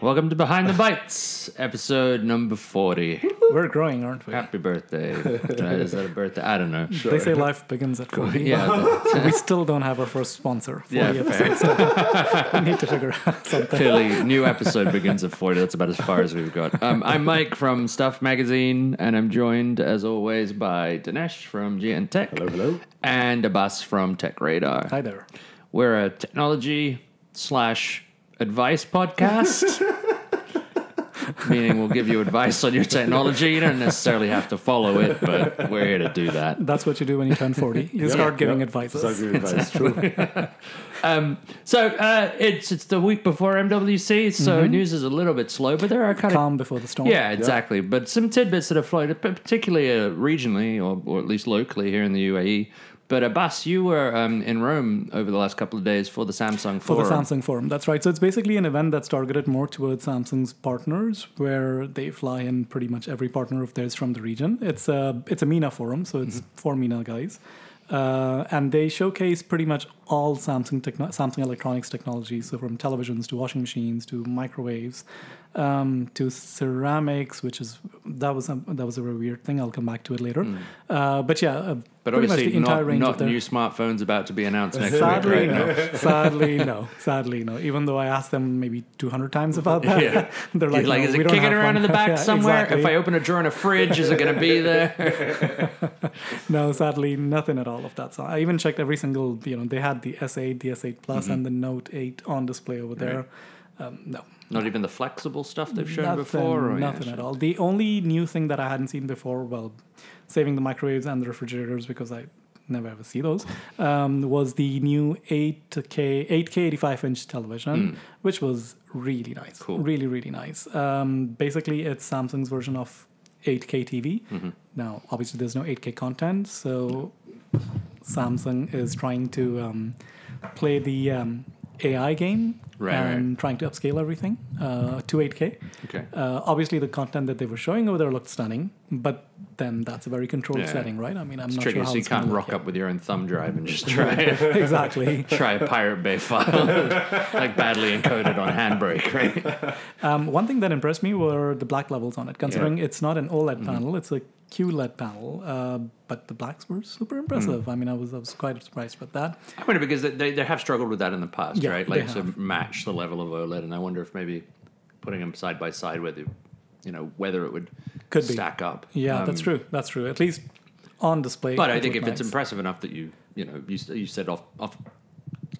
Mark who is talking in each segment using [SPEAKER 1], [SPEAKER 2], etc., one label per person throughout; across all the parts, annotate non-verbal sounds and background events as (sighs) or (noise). [SPEAKER 1] Welcome to Behind the Bites, episode number 40.
[SPEAKER 2] We're growing, aren't we?
[SPEAKER 1] Happy birthday. Right, Is that a birthday? I don't know.
[SPEAKER 2] They say life begins at 40.
[SPEAKER 1] Yeah, that-
[SPEAKER 2] we still don't have our first sponsor. 40
[SPEAKER 1] Yeah,
[SPEAKER 2] episodes. we need to figure out something.
[SPEAKER 1] clearly, new episode begins at 40. That's about as far as we've got. Um, I'm Mike from Stuff Magazine, and I'm joined, as always, by Dinesh from GN Tech. Hello, hello. And Abbas from Tech Radar.
[SPEAKER 2] Hi there.
[SPEAKER 1] We're a technology slash advice podcast. Meaning, we'll give you advice on your technology. You don't necessarily have to follow it, but we're here to do that.
[SPEAKER 2] That's what you do when you turn 40. You start giving advices.
[SPEAKER 3] Start
[SPEAKER 2] (laughs)
[SPEAKER 3] giving advice. True.
[SPEAKER 1] So uh, it's it's the week before MWC, so
[SPEAKER 2] Mm-hmm.
[SPEAKER 1] news is a little bit slow, but there are kind of
[SPEAKER 2] Calm before the storm.
[SPEAKER 1] yeah, exactly. But some tidbits that have floated, p- particularly uh, regionally or, or at least locally here in the UAE. But Abbas, you were um, in Rome over the last couple of days for the Samsung
[SPEAKER 2] For
[SPEAKER 1] Forum.
[SPEAKER 2] the Samsung Forum. That's right. So it's basically an event that's targeted more towards Samsung's partners, where they fly in pretty much every partner of theirs from the region. It's a it's a MENA forum, so it's
[SPEAKER 1] Mm-hmm.
[SPEAKER 2] for MENA guys, uh, and they showcase pretty much all Samsung techno- Samsung electronics technologies. So from televisions to washing machines to microwaves um, to ceramics, which is that was a, that was a very weird thing. I'll come back to it later. Uh, but yeah, uh,
[SPEAKER 1] Mm. but
[SPEAKER 2] pretty
[SPEAKER 1] obviously,
[SPEAKER 2] much the entire
[SPEAKER 1] not,
[SPEAKER 2] range
[SPEAKER 1] not
[SPEAKER 2] of their
[SPEAKER 1] new smartphones about to be announced next week, right?
[SPEAKER 2] Sadly,
[SPEAKER 1] (laughs)
[SPEAKER 2] no. Sadly, no. Sadly, no. Even though I asked them maybe 200 times about that,
[SPEAKER 1] Yeah.
[SPEAKER 2] (laughs) they're like,
[SPEAKER 1] Like, like
[SPEAKER 2] "No,
[SPEAKER 1] is
[SPEAKER 2] we
[SPEAKER 1] it
[SPEAKER 2] don't
[SPEAKER 1] kicking
[SPEAKER 2] have
[SPEAKER 1] around
[SPEAKER 2] one."
[SPEAKER 1] in the back
[SPEAKER 2] (laughs) Yeah,
[SPEAKER 1] somewhere?
[SPEAKER 2] exactly.
[SPEAKER 1] If I open a drawer in a fridge, is it going to
[SPEAKER 2] (laughs)
[SPEAKER 1] be there?
[SPEAKER 2] no, sadly, nothing at all of that. So I even checked every single, you know, they had the S8, the S8 Plus,
[SPEAKER 1] Mm-hmm.
[SPEAKER 2] and the Note 8 on display over there. Um, no,
[SPEAKER 1] Not even the flexible stuff they've shown
[SPEAKER 2] nothing,
[SPEAKER 1] before. oh, or-
[SPEAKER 2] nothing at all. The only new thing that I hadn't seen before, well, saving the microwaves and the refrigerators because I never ever see those, um, was the new 8K 8K 85 inch
[SPEAKER 1] Hmm,
[SPEAKER 2] television, which was really nice.
[SPEAKER 1] Cool.
[SPEAKER 2] Really, really nice. Um, basically, it's Samsung's version of 8K TV.
[SPEAKER 1] mm-hmm.
[SPEAKER 2] Now, obviously, there's no 8K content, so Samsung is trying to um, play the um, AI game
[SPEAKER 1] Right, right.
[SPEAKER 2] and trying to upscale everything uh, to 8K.
[SPEAKER 1] Okay.
[SPEAKER 2] Uh, obviously, the content that they were showing over there looked stunning, but then that's a very controlled
[SPEAKER 1] Yeah.
[SPEAKER 2] setting, right? I mean, I'm
[SPEAKER 1] It's
[SPEAKER 2] not
[SPEAKER 1] tricky,
[SPEAKER 2] sure how
[SPEAKER 1] so you
[SPEAKER 2] it's gonna
[SPEAKER 1] can't
[SPEAKER 2] look
[SPEAKER 1] rock
[SPEAKER 2] yet.
[SPEAKER 1] up with your own
[SPEAKER 2] (laughs)
[SPEAKER 1] thumb drive and just try it.
[SPEAKER 2] exactly.
[SPEAKER 1] (laughs) try a Pirate Bay
[SPEAKER 2] (laughs)
[SPEAKER 1] file, like badly encoded on Handbrake, right?
[SPEAKER 2] Um, one thing that impressed me were the black levels on it. Considering it's not an OLED
[SPEAKER 1] Mm-hmm.
[SPEAKER 2] panel, it's a QLED panel, uh, but the blacks were super impressive.
[SPEAKER 1] Mm.
[SPEAKER 2] I mean, I was I was quite surprised with that.
[SPEAKER 1] I wonder because they- they, they have struggled with that in the past,
[SPEAKER 2] Yeah,
[SPEAKER 1] right?
[SPEAKER 2] they
[SPEAKER 1] Like to match the level of OLED, and I wonder if maybe putting them side by side, whether you know whether it would
[SPEAKER 2] Could be.
[SPEAKER 1] stack up.
[SPEAKER 2] Yeah,
[SPEAKER 1] Um,
[SPEAKER 2] that's true. That's true. At least on display.
[SPEAKER 1] But I
[SPEAKER 2] it
[SPEAKER 1] think if
[SPEAKER 2] looked
[SPEAKER 1] it's
[SPEAKER 2] nice.
[SPEAKER 1] impressive enough that you you know you, s- you said off off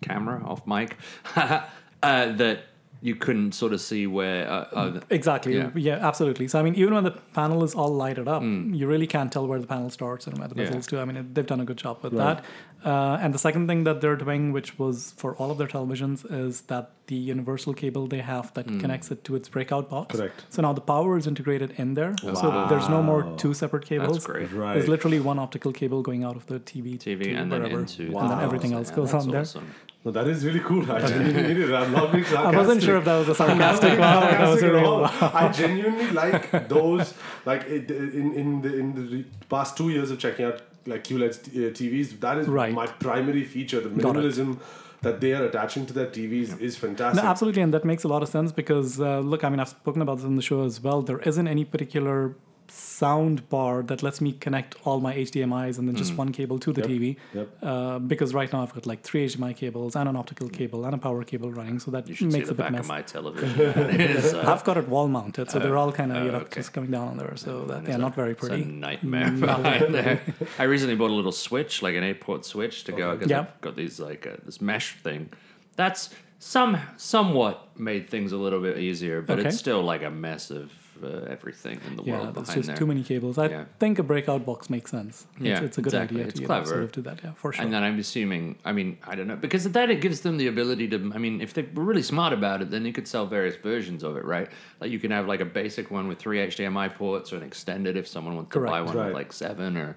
[SPEAKER 1] camera, off mic, (laughs) uh, that you couldn't sort of see where. Uh, uh,
[SPEAKER 2] Exactly.
[SPEAKER 1] Yeah.
[SPEAKER 2] Yeah. absolutely. So I mean, even when the panel is all lighted up, you really can't tell where the panel starts and where the
[SPEAKER 1] Mm. Yeah.
[SPEAKER 2] bezels do. I mean, it, they've done a good job with
[SPEAKER 3] Right.
[SPEAKER 2] that. Uh, and the second thing that they're doing, which was for all of their televisions, is that the universal cable they have that
[SPEAKER 1] Mm.
[SPEAKER 2] connects it to its breakout box.
[SPEAKER 3] Correct.
[SPEAKER 2] So now the power is integrated in there. So there's no more two separate cables.
[SPEAKER 1] great.
[SPEAKER 3] Right.
[SPEAKER 2] There's literally one optical cable going out of the TV,
[SPEAKER 1] TV
[SPEAKER 2] to
[SPEAKER 1] and then
[SPEAKER 2] wherever,
[SPEAKER 1] into the
[SPEAKER 2] and then
[SPEAKER 3] Wow.
[SPEAKER 2] everything else
[SPEAKER 1] Yeah,
[SPEAKER 2] goes
[SPEAKER 1] that's
[SPEAKER 2] on there.
[SPEAKER 1] awesome.
[SPEAKER 3] No, that is really
[SPEAKER 2] (laughs)
[SPEAKER 3] cool. I genuinely needed it. I'm not being
[SPEAKER 2] I
[SPEAKER 3] sarcastic.
[SPEAKER 2] wasn't
[SPEAKER 3] (laughs)
[SPEAKER 2] sure if that was a (laughs) sarcastic wow. or That was a
[SPEAKER 3] Sarcastic at
[SPEAKER 2] real
[SPEAKER 3] all.
[SPEAKER 2] wow. (laughs)
[SPEAKER 3] I genuinely like those. Like it, in in the in the re- past two years of checking out like QLED t- uh, TVs, that is
[SPEAKER 2] Right.
[SPEAKER 3] my primary feature. The
[SPEAKER 2] Got it.
[SPEAKER 3] minimalism that they are attaching to their TVs is fantastic.
[SPEAKER 2] No, absolutely, and that makes a lot of sense because uh, look, I mean, I've spoken about this on the show as well. There isn't any particular sound bar that lets me connect all my HDMI's and then
[SPEAKER 1] Mm.
[SPEAKER 2] just one cable to the
[SPEAKER 3] Yep,
[SPEAKER 2] TV.
[SPEAKER 3] yep.
[SPEAKER 2] Uh, because right now I've got like three HDMI cables and an optical cable and a power cable running, so that
[SPEAKER 1] Mm. You should see
[SPEAKER 2] makes
[SPEAKER 1] the
[SPEAKER 2] a bit
[SPEAKER 1] back of
[SPEAKER 2] mess.
[SPEAKER 1] my television.
[SPEAKER 2] (laughs)
[SPEAKER 1] It is, uh, (laughs)
[SPEAKER 2] I've got it wall mounted, so they're all kind of
[SPEAKER 1] oh,
[SPEAKER 2] you know
[SPEAKER 1] okay.
[SPEAKER 2] just coming down on there. So that,
[SPEAKER 1] It's
[SPEAKER 2] yeah,
[SPEAKER 1] a-
[SPEAKER 2] not very
[SPEAKER 1] it's a
[SPEAKER 2] pretty. (laughs)
[SPEAKER 1] nightmare behind there. (laughs) I recently bought a little switch, like an eight port switch, to go because
[SPEAKER 2] Yeah.
[SPEAKER 1] I've got these like uh, this mesh thing. That's some somewhat made things a little bit easier, but
[SPEAKER 2] Okay.
[SPEAKER 1] it's still like a mess of uh, everything in the
[SPEAKER 2] Yeah,
[SPEAKER 1] world
[SPEAKER 2] there's
[SPEAKER 1] behind
[SPEAKER 2] just
[SPEAKER 1] there.
[SPEAKER 2] too many cables. I
[SPEAKER 1] Yeah.
[SPEAKER 2] think a breakout box makes sense. it's,
[SPEAKER 1] Yeah,
[SPEAKER 2] it's a good
[SPEAKER 1] exactly.
[SPEAKER 2] idea
[SPEAKER 1] It's
[SPEAKER 2] to you know,
[SPEAKER 1] clever.
[SPEAKER 2] sort of do that. Yeah, for sure.
[SPEAKER 1] And then I'm assuming, I mean, I don't know, because of that it gives them the ability to. I mean, if they were really smart about it, then you could sell various versions of it, right? Like you can have like a basic one with three HDMI ports, or an extended if someone wants to buy
[SPEAKER 2] Correct.
[SPEAKER 1] one with
[SPEAKER 3] Right.
[SPEAKER 1] like seven or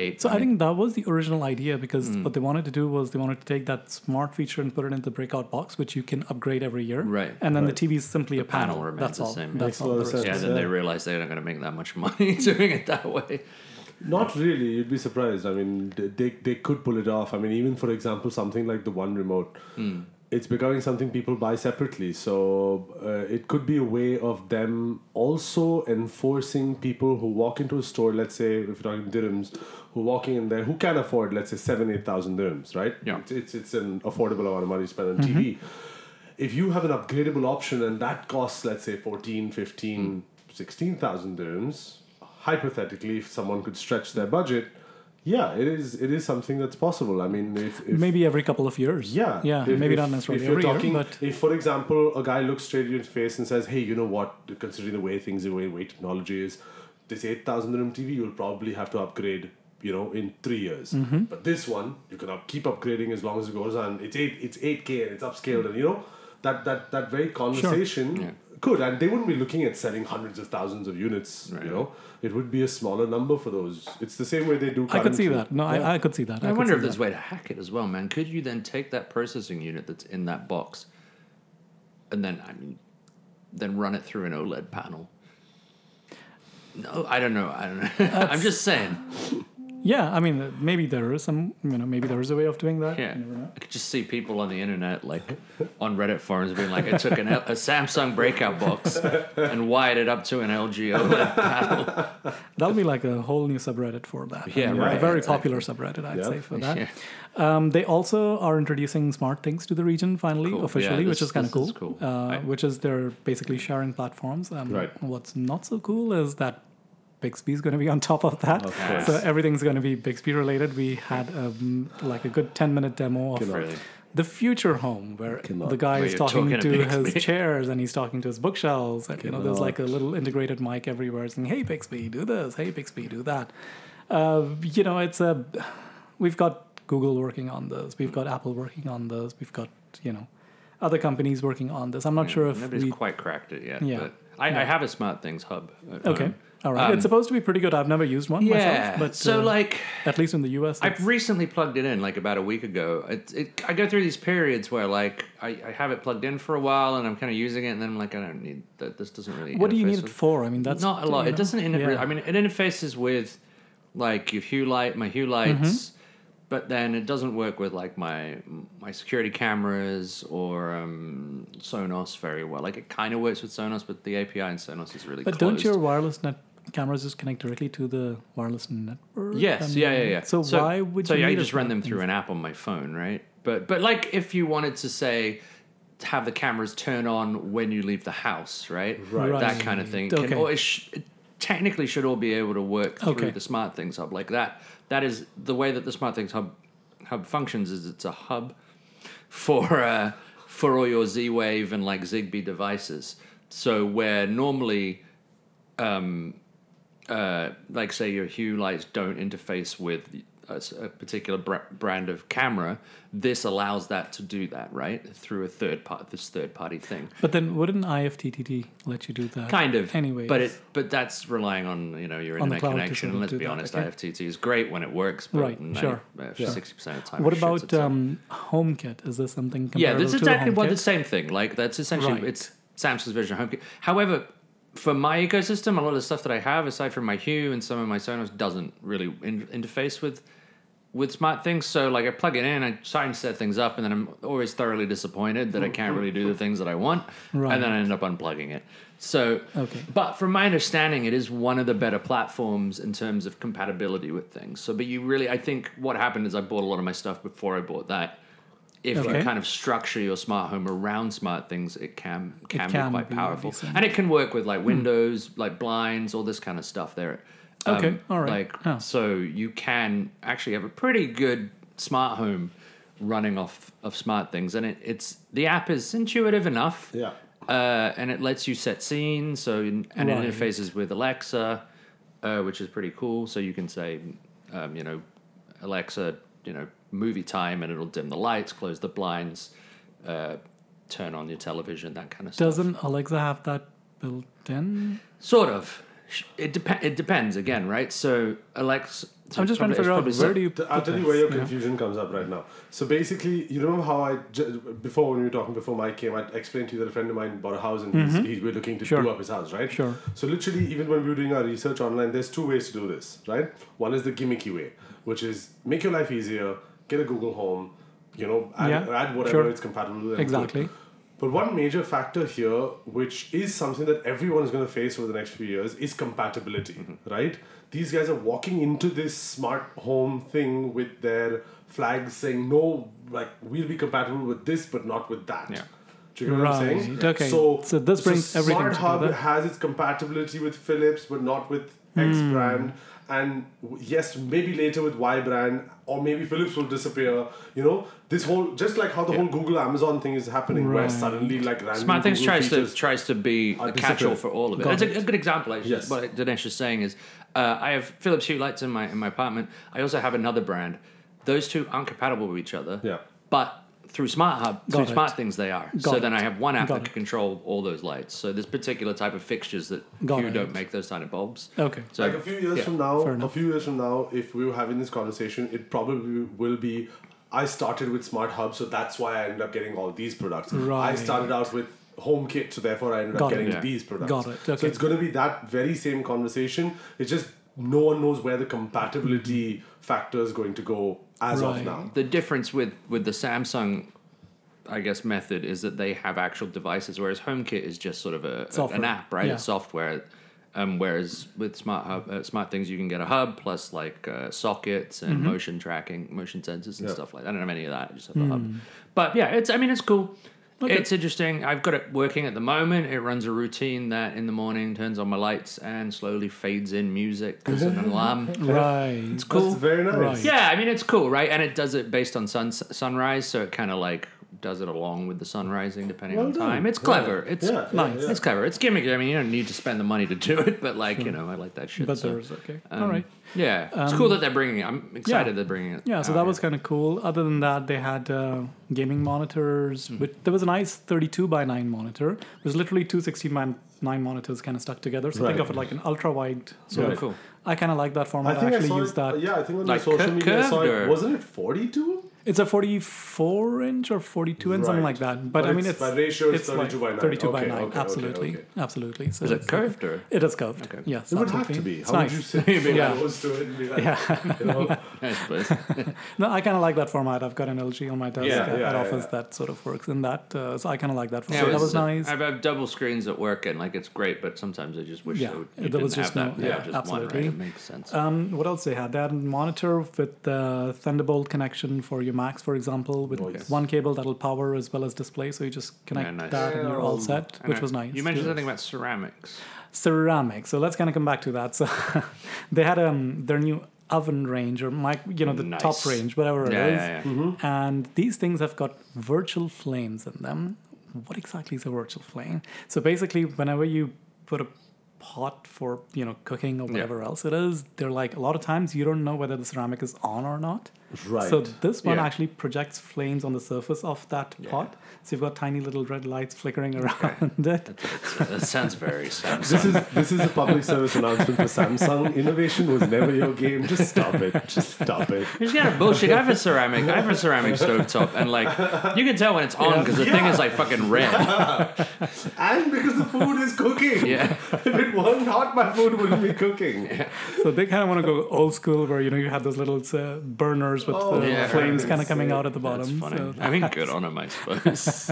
[SPEAKER 1] eight.
[SPEAKER 2] So I
[SPEAKER 1] mean,
[SPEAKER 2] think that was the original idea because
[SPEAKER 1] Hmm.
[SPEAKER 2] what they wanted to do was they wanted to take that smart feature and put it into the breakout box, which you can upgrade every year.
[SPEAKER 1] Right.
[SPEAKER 2] And then the TV is simply a
[SPEAKER 1] panel
[SPEAKER 2] panel.
[SPEAKER 1] remains
[SPEAKER 2] That's
[SPEAKER 1] the
[SPEAKER 2] all.
[SPEAKER 1] same, yeah.
[SPEAKER 2] That's
[SPEAKER 3] Makes a
[SPEAKER 2] all.
[SPEAKER 3] lot
[SPEAKER 2] there
[SPEAKER 3] of
[SPEAKER 2] is.
[SPEAKER 3] sense.
[SPEAKER 1] Yeah, then
[SPEAKER 3] Yeah.
[SPEAKER 1] they realize they're not going to make that much (laughs) money doing it that way.
[SPEAKER 3] Not really. You'd be surprised. I mean, th- they they could pull it off. I mean, even for example, something like the One Remote. it's becoming something people buy separately. So uh, it could be a way of them also enforcing people who walk into a store, let's say if you're talking dirhams, who walking in there who can afford, let's say seven, eight thousand dirhams, right?
[SPEAKER 1] Yeah.
[SPEAKER 3] It's, it's it's an affordable amount of money to spend on TV. If you have an upgradable option and that costs, let's say 14, 15, 16,000 dirhams, hypothetically, if someone could stretch their budget, yeah, it is it is something that's possible. I mean, if, if
[SPEAKER 2] maybe every couple of years.
[SPEAKER 3] yeah.
[SPEAKER 2] yeah,
[SPEAKER 3] If-
[SPEAKER 2] maybe
[SPEAKER 3] if-
[SPEAKER 2] not necessarily
[SPEAKER 3] If you're
[SPEAKER 2] every
[SPEAKER 3] talking,
[SPEAKER 2] year, but
[SPEAKER 3] if for example a guy looks straight in your face and says, "Hey, you know what? Considering the way things, the way, way technology is, this eight thousand room TV, you'll probably have to upgrade." You know, in three years,
[SPEAKER 2] Mm-hmm.
[SPEAKER 3] but this one you can up, keep upgrading as long as it goes on. It's eight, it's eight K, and it's upscaled, and you know that that that very conversation
[SPEAKER 1] Yeah.
[SPEAKER 3] could, and they wouldn't be looking at selling hundreds of thousands of units.
[SPEAKER 1] Right.
[SPEAKER 3] You know, it would be a smaller number for those. It's the same way they do.
[SPEAKER 2] I could see that.
[SPEAKER 3] currently.
[SPEAKER 2] No,
[SPEAKER 3] Yeah.
[SPEAKER 2] I, I could see that.
[SPEAKER 1] I
[SPEAKER 2] could
[SPEAKER 1] wonder
[SPEAKER 2] see
[SPEAKER 1] if there's a
[SPEAKER 2] that.
[SPEAKER 1] way to hack it as well, man. Could you then take that processing unit that's in that box and then I mean then run it through an OLED panel? No, I don't know. (laughs) I don't know. I'm just saying.
[SPEAKER 2] Yeah, I mean, uh, maybe there is some. You know, maybe there is a way of doing that.
[SPEAKER 1] Yeah.
[SPEAKER 2] You never know.
[SPEAKER 1] I could just see people on the internet, like on Reddit forums, being like, I took an, L- a Samsung breakout box and wired it up to an LG OLED panel.
[SPEAKER 2] That'll be like a whole new subreddit for that.
[SPEAKER 1] Yeah, right,
[SPEAKER 2] A very
[SPEAKER 1] exactly.
[SPEAKER 2] popular subreddit, I'd
[SPEAKER 3] Yeah.
[SPEAKER 2] say, for that.
[SPEAKER 1] (laughs) Yeah.
[SPEAKER 2] Um, they also are introducing smart things to the region finally,
[SPEAKER 1] Cool. Yeah,
[SPEAKER 2] officially, which
[SPEAKER 1] this-
[SPEAKER 2] is kind of
[SPEAKER 1] this
[SPEAKER 2] cool.
[SPEAKER 1] is cool.
[SPEAKER 2] Uh,
[SPEAKER 1] Right.
[SPEAKER 2] Which is they're basically sharing platforms. Um,
[SPEAKER 3] Right.
[SPEAKER 2] What's not so cool is that Bixby is going to be on top of that.
[SPEAKER 3] Of course.
[SPEAKER 2] So everything's going to be Bixby related. We had um, like a good 10 minute demo of
[SPEAKER 1] Really.
[SPEAKER 2] the future home where
[SPEAKER 3] Cannot.
[SPEAKER 2] the guy
[SPEAKER 1] Where
[SPEAKER 2] is
[SPEAKER 1] you're
[SPEAKER 2] talking,
[SPEAKER 1] talking to
[SPEAKER 2] to
[SPEAKER 1] Bixby.
[SPEAKER 2] his chairs and he's talking to his bookshelves and you know there's like a little integrated mic everywhere saying hey bixby do this hey bixby do that uh, you know it's a we've got google working on this we've got apple working on this we've got you know other companies working on this i'm not sure if
[SPEAKER 1] Nobody's
[SPEAKER 2] we,
[SPEAKER 1] quite cracked it yet.
[SPEAKER 2] Yeah.
[SPEAKER 1] But I, I have a Smart Things hub. at
[SPEAKER 2] okay
[SPEAKER 1] home.
[SPEAKER 2] all right
[SPEAKER 1] Um,
[SPEAKER 2] it's supposed to be pretty good i've never used one
[SPEAKER 1] Yeah.
[SPEAKER 2] myself but
[SPEAKER 1] so,
[SPEAKER 2] uh,
[SPEAKER 1] like,
[SPEAKER 2] at least in the us it's-
[SPEAKER 1] I've recently plugged it in like about a week ago. It, it, I go through these periods where like I, I have it plugged in for a while and I'm kind of using it, and then I'm like, I don't need that. This doesn't really.
[SPEAKER 2] what do you
[SPEAKER 1] interface
[SPEAKER 2] need it
[SPEAKER 1] with-
[SPEAKER 2] for i mean that's
[SPEAKER 1] not a lot.
[SPEAKER 2] you
[SPEAKER 1] It
[SPEAKER 2] know,
[SPEAKER 1] doesn't interface.
[SPEAKER 2] yeah.
[SPEAKER 1] I mean, it interfaces with like your Hue light, my Hue
[SPEAKER 2] Mm-hmm.
[SPEAKER 1] lights, but then it doesn't work with like my my security cameras or um, Sonos very well. Like it kind of works with Sonos, but the API in Sonos is really.
[SPEAKER 2] But
[SPEAKER 1] closed.
[SPEAKER 2] don't your wireless net cameras just connect directly to the wireless network? I
[SPEAKER 1] Yes,
[SPEAKER 2] mean,
[SPEAKER 1] yeah, yeah, yeah.
[SPEAKER 2] So, why would
[SPEAKER 1] so
[SPEAKER 2] you?
[SPEAKER 1] yeah,
[SPEAKER 2] need
[SPEAKER 1] you
[SPEAKER 2] it
[SPEAKER 1] just
[SPEAKER 2] for
[SPEAKER 1] run them
[SPEAKER 2] that?
[SPEAKER 1] through an app on my phone, right? But but like if you wanted to say to have the cameras turn on when you leave the house, right?
[SPEAKER 2] Right.
[SPEAKER 1] That kind of thing. Can,
[SPEAKER 2] Mm. Okay.
[SPEAKER 1] or it, sh- it technically should all be able to work through
[SPEAKER 2] Okay.
[SPEAKER 1] the Smart Things Hub like that. That is the way that the Smart Things Hub hub functions. Is it's a hub for uh, for all your Z Wave and like Zigbee devices. So where normally um, uh, like say your hue lights don't interface with a, s- a particular br- brand of camera this allows that to do that right through a third part this third party thing
[SPEAKER 2] But then, wouldn't IFTTT let you do that?
[SPEAKER 1] kind of
[SPEAKER 2] Anyway,
[SPEAKER 1] but it but that's relying on you know your
[SPEAKER 2] On the
[SPEAKER 1] internet
[SPEAKER 2] cloud to
[SPEAKER 1] connection
[SPEAKER 2] sort of
[SPEAKER 1] and let's
[SPEAKER 2] do
[SPEAKER 1] be
[SPEAKER 2] that,
[SPEAKER 1] honest
[SPEAKER 2] okay.
[SPEAKER 1] ifttt is great when it works but
[SPEAKER 2] Right, sure.
[SPEAKER 1] sure. 60% of the time
[SPEAKER 2] What
[SPEAKER 1] it shits
[SPEAKER 2] about
[SPEAKER 1] itself.
[SPEAKER 2] um, HomeKit? Is this something
[SPEAKER 1] yeah
[SPEAKER 2] comparable
[SPEAKER 1] that's
[SPEAKER 2] to
[SPEAKER 1] exactly
[SPEAKER 2] HomeKit?
[SPEAKER 1] well the same thing like that's essentially
[SPEAKER 2] Right.
[SPEAKER 1] it's samsung's version of homekit however for my ecosystem a lot of the stuff that i have aside from my hue and some of my sonos doesn't really in- interface with with smart things so like i plug it in i try and set things up and then i'm always thoroughly disappointed that i can't really do the things that i want
[SPEAKER 2] Right.
[SPEAKER 1] and then i end up unplugging it so
[SPEAKER 2] Okay.
[SPEAKER 1] but from my understanding it is one of the better platforms in terms of compatibility with things so but you really i think what happened is i bought a lot of my stuff before i bought that if you
[SPEAKER 2] Okay.
[SPEAKER 1] kind of structure your smart home around smart things, it can can, be
[SPEAKER 2] can
[SPEAKER 1] quite
[SPEAKER 2] be Hmm.
[SPEAKER 1] powerful,
[SPEAKER 2] decent.
[SPEAKER 1] and it can work with like windows, like blinds, all this kind of stuff. There, Um,
[SPEAKER 2] Okay, all right.
[SPEAKER 1] Like
[SPEAKER 2] Huh.
[SPEAKER 1] so, you can actually have a pretty good smart home running off of smart things, and it, it's the app is intuitive enough,
[SPEAKER 3] Yeah.
[SPEAKER 1] uh, and it lets you set scenes. So and it
[SPEAKER 2] Right.
[SPEAKER 1] interfaces with Alexa, uh, which is pretty cool. So you can say, um, you know, Alexa, you know, movie time, and it'll dim the lights, close the blinds, uh, turn on your television, that kind of stuff.
[SPEAKER 2] Doesn't Alexa have that built in?
[SPEAKER 1] Sort of. Sh- It dep- It depends again, right? So Alexa.
[SPEAKER 2] I'm just trying to
[SPEAKER 1] it's
[SPEAKER 2] figure out
[SPEAKER 1] probably
[SPEAKER 2] where
[SPEAKER 1] so-
[SPEAKER 2] do you?
[SPEAKER 3] Th-
[SPEAKER 2] Put
[SPEAKER 3] I'll tell you
[SPEAKER 2] this,
[SPEAKER 3] where your
[SPEAKER 2] know?
[SPEAKER 3] confusion comes up right now. So basically, you remember how I ju- before when we were talking before Mike came, I explained to you that a friend of mine bought a house and he's, he's we're looking to
[SPEAKER 2] Mm-hmm. Sure.
[SPEAKER 3] do up his house, right?
[SPEAKER 2] Sure.
[SPEAKER 3] So literally, even when we were doing our research online, there's two ways to do this, right? One is the gimmicky way, which is make your life easier, get a Google Home, you know, add,
[SPEAKER 2] Yeah,
[SPEAKER 3] add whatever
[SPEAKER 2] sure.
[SPEAKER 3] it's compatible with. and
[SPEAKER 2] Exactly.
[SPEAKER 3] good. But one major factor here, which is something that everyone is going to face over the next few years, is compatibility, right? These guys are walking into this smart home thing with their flags saying, no, like, we'll be compatible with this, but not with that.
[SPEAKER 1] Yeah.
[SPEAKER 3] Do you get what I'm saying?
[SPEAKER 2] Right, okay. So this brings everything
[SPEAKER 3] Smart Hub
[SPEAKER 2] together.
[SPEAKER 3] has its compatibility with Philips, but not with X
[SPEAKER 1] Hmm.
[SPEAKER 3] brand. And w- yes, maybe later with Y brand, or maybe Philips will disappear. You know, this whole just like how the whole Google Amazon thing is happening, where
[SPEAKER 2] Right.
[SPEAKER 3] suddenly like random
[SPEAKER 1] Smart Things
[SPEAKER 3] Google
[SPEAKER 1] tries to
[SPEAKER 3] features.
[SPEAKER 1] tries to be
[SPEAKER 3] are
[SPEAKER 1] a catch-all
[SPEAKER 3] disappearing.
[SPEAKER 1] for all of it.
[SPEAKER 2] Got
[SPEAKER 1] That's a,
[SPEAKER 2] it.
[SPEAKER 1] a good example, actually.
[SPEAKER 3] Yes.
[SPEAKER 1] What Dinesh is saying is, uh, I have Philips Hue lights in my in my apartment. I also have another brand. Those two aren't compatible with each other.
[SPEAKER 3] Yeah.
[SPEAKER 1] But through Smart Hub, through
[SPEAKER 2] Got it.
[SPEAKER 1] Smart Things, they are. so
[SPEAKER 2] Got
[SPEAKER 1] then
[SPEAKER 2] it.
[SPEAKER 1] I have one app
[SPEAKER 2] Got
[SPEAKER 1] that
[SPEAKER 2] it.
[SPEAKER 1] can control all those lights. So there's particular type of fixtures that
[SPEAKER 2] Got
[SPEAKER 1] Hue
[SPEAKER 2] it. Oh.
[SPEAKER 1] don't make those tiny bulbs.
[SPEAKER 2] Okay.
[SPEAKER 1] So
[SPEAKER 3] like a few years
[SPEAKER 1] yeah.
[SPEAKER 3] from now,
[SPEAKER 2] Fair
[SPEAKER 3] a
[SPEAKER 2] enough.
[SPEAKER 3] few years from now, if we were having this conversation, it probably will be. I started with Smart Hub, so that's why I ended up getting all these products. I
[SPEAKER 2] Right.
[SPEAKER 3] started out with HomeKit, so therefore I ended up
[SPEAKER 2] Got it.
[SPEAKER 3] getting
[SPEAKER 1] Yeah.
[SPEAKER 3] these products.
[SPEAKER 2] Got it.
[SPEAKER 3] So
[SPEAKER 2] Okay.
[SPEAKER 3] it's going to be that very same conversation. It's just no one knows where the compatibility factor is going to go as of
[SPEAKER 2] Right.
[SPEAKER 3] now.
[SPEAKER 1] the difference with with the Samsung, I guess, method is that they have actual devices, whereas HomeKit is just sort of a, a- an
[SPEAKER 2] Software.
[SPEAKER 1] app, right?
[SPEAKER 2] Yeah.
[SPEAKER 1] It's software. Um, whereas with smart hub, uh, smart things, you can get a hub plus like uh, sockets
[SPEAKER 2] Mm-hmm.
[SPEAKER 1] and motion tracking, motion sensors and
[SPEAKER 3] Yeah.
[SPEAKER 1] stuff like. that. I don't have any of that. I just have the
[SPEAKER 2] Hmm.
[SPEAKER 1] hub. But yeah, it's. I mean, it's cool. It's interesting. I've got it working at the moment. It runs a routine that in the morning turns on my lights and slowly fades in music as
[SPEAKER 2] (laughs)
[SPEAKER 1] an alarm.
[SPEAKER 2] Right. It's
[SPEAKER 1] cool.
[SPEAKER 3] That's very nice.
[SPEAKER 2] Right.
[SPEAKER 1] Yeah, I mean it's cool, right? And it does it based on sun sunrise, so it kind of like does it along with the sun rising depending
[SPEAKER 3] Well
[SPEAKER 1] on
[SPEAKER 3] done.
[SPEAKER 1] time. It's
[SPEAKER 3] Yeah.
[SPEAKER 1] clever. It's
[SPEAKER 3] Yeah, yeah,
[SPEAKER 2] Nice.
[SPEAKER 3] yeah.
[SPEAKER 1] it's clever. It's gimmicky. I mean, you don't need to spend the money to do it, but like you know, I like that shit.
[SPEAKER 2] But
[SPEAKER 1] so,
[SPEAKER 2] there's okay.
[SPEAKER 1] um,
[SPEAKER 2] All right.
[SPEAKER 1] Yeah, it's cool that they're bringing it. I'm excited they're bringing it.
[SPEAKER 2] Yeah, so
[SPEAKER 1] out
[SPEAKER 2] that
[SPEAKER 1] here.
[SPEAKER 2] was kind of cool. Other than that, they had uh, gaming monitors.
[SPEAKER 1] Hmm.
[SPEAKER 2] Which, there was a nice 32 by 9 monitor. There's literally two 16 by 9 monitors kind of stuck together. So
[SPEAKER 3] Right.
[SPEAKER 2] think of it like an ultra wide. So
[SPEAKER 1] Yeah,
[SPEAKER 3] Right.
[SPEAKER 1] cool.
[SPEAKER 2] I kind of like that
[SPEAKER 3] I
[SPEAKER 2] format. I,
[SPEAKER 3] think I,
[SPEAKER 2] actually
[SPEAKER 3] saw
[SPEAKER 2] use
[SPEAKER 3] it,
[SPEAKER 2] that.
[SPEAKER 3] Yeah, I think on
[SPEAKER 1] Like
[SPEAKER 3] the social
[SPEAKER 1] cur-
[SPEAKER 3] media I saw
[SPEAKER 1] curved or-
[SPEAKER 3] it. Wasn't it 42?
[SPEAKER 2] It's a 44 inch or 42 inch, something like
[SPEAKER 3] Right.
[SPEAKER 2] that. But,
[SPEAKER 3] But
[SPEAKER 2] I mean, it's
[SPEAKER 3] it's- by ratio, it's 32
[SPEAKER 2] 32
[SPEAKER 3] by 9.
[SPEAKER 2] 32 by
[SPEAKER 3] Okay,
[SPEAKER 2] 9.
[SPEAKER 3] okay, okay,
[SPEAKER 2] absolutely,
[SPEAKER 3] okay.
[SPEAKER 2] absolutely. So
[SPEAKER 1] Is it
[SPEAKER 2] it's-
[SPEAKER 1] curved or?
[SPEAKER 2] It is curved.
[SPEAKER 1] Okay.
[SPEAKER 2] Yes,
[SPEAKER 3] It would have
[SPEAKER 2] absolutely.
[SPEAKER 3] to be.
[SPEAKER 2] It's
[SPEAKER 3] How
[SPEAKER 2] nice.
[SPEAKER 3] would you (laughs) sit so
[SPEAKER 1] Yeah.
[SPEAKER 3] close to it and be like,
[SPEAKER 2] (laughs) Yeah.
[SPEAKER 3] you know?
[SPEAKER 1] I suppose.
[SPEAKER 2] No, I kind of like that format. I've got an LG on my desk
[SPEAKER 3] Yeah,
[SPEAKER 2] at,
[SPEAKER 3] yeah,
[SPEAKER 2] at
[SPEAKER 3] yeah,
[SPEAKER 2] office
[SPEAKER 3] yeah.
[SPEAKER 2] that sort of works in that. Uh, so I kind of like that
[SPEAKER 1] Yeah,
[SPEAKER 2] format.
[SPEAKER 1] it
[SPEAKER 2] that was
[SPEAKER 1] uh,
[SPEAKER 2] nice.
[SPEAKER 1] I've, I've double screens at work and like it's great, but sometimes I just wish
[SPEAKER 2] Yeah,
[SPEAKER 1] they would,
[SPEAKER 2] there
[SPEAKER 1] you didn't
[SPEAKER 2] was just
[SPEAKER 1] have that.
[SPEAKER 2] no-
[SPEAKER 1] yeah,
[SPEAKER 2] yeah,
[SPEAKER 1] just one. Right?
[SPEAKER 2] absolutely.
[SPEAKER 1] It makes sense.
[SPEAKER 2] Um, what else they had? They had a monitor with the Thunderbolt connection for your Macs, for example, with
[SPEAKER 3] Nice.
[SPEAKER 2] one cable that'll power as well as display. So you just connect
[SPEAKER 1] nice.
[SPEAKER 2] that and you're all set,
[SPEAKER 1] I
[SPEAKER 2] which
[SPEAKER 1] know.
[SPEAKER 2] was nice.
[SPEAKER 1] You mentioned something about ceramics.
[SPEAKER 2] ceramic. So let's kind of come back to that. (laughs) So they had um, their new oven range or mic, you know, the top
[SPEAKER 1] Nice.
[SPEAKER 2] range, whatever
[SPEAKER 1] Yeah,
[SPEAKER 2] it is.
[SPEAKER 1] yeah, yeah.
[SPEAKER 2] And these things have got virtual flames in them. What exactly is a virtual flame? So basically, whenever you put a pot for you know cooking or whatever else it is, they're like a lot of times you don't know whether the ceramic is on or not.
[SPEAKER 3] (laughs) Right.
[SPEAKER 2] So this one
[SPEAKER 1] Yeah.
[SPEAKER 2] actually projects flames on the surface of that pot. So you've got tiny little red lights flickering around it.
[SPEAKER 1] that sounds
[SPEAKER 2] (laughs)
[SPEAKER 1] very Samsung.
[SPEAKER 3] This is this is a (laughs) public service announcement for Samsung. Innovation was never your game. Just stop it. Just stop it.
[SPEAKER 1] He's got a bullshit. I have a ceramic. I have a
[SPEAKER 3] (laughs)
[SPEAKER 1] ceramic stovetop, and like you can tell when it's on because the thing is like fucking
[SPEAKER 3] (laughs)
[SPEAKER 1] red.
[SPEAKER 3] And because the food is cooking.
[SPEAKER 1] Yeah.
[SPEAKER 3] (laughs) If it weren't hot, my food wouldn't be cooking.
[SPEAKER 2] So they kind of want to go old school, where you know you have those little uh, burners with
[SPEAKER 3] Oh,
[SPEAKER 2] the
[SPEAKER 1] yeah.
[SPEAKER 2] flames kind of coming
[SPEAKER 3] Yeah.
[SPEAKER 2] out at the
[SPEAKER 1] That's
[SPEAKER 2] bottom.
[SPEAKER 1] funny.
[SPEAKER 2] So
[SPEAKER 1] I mean, good on him, I suppose.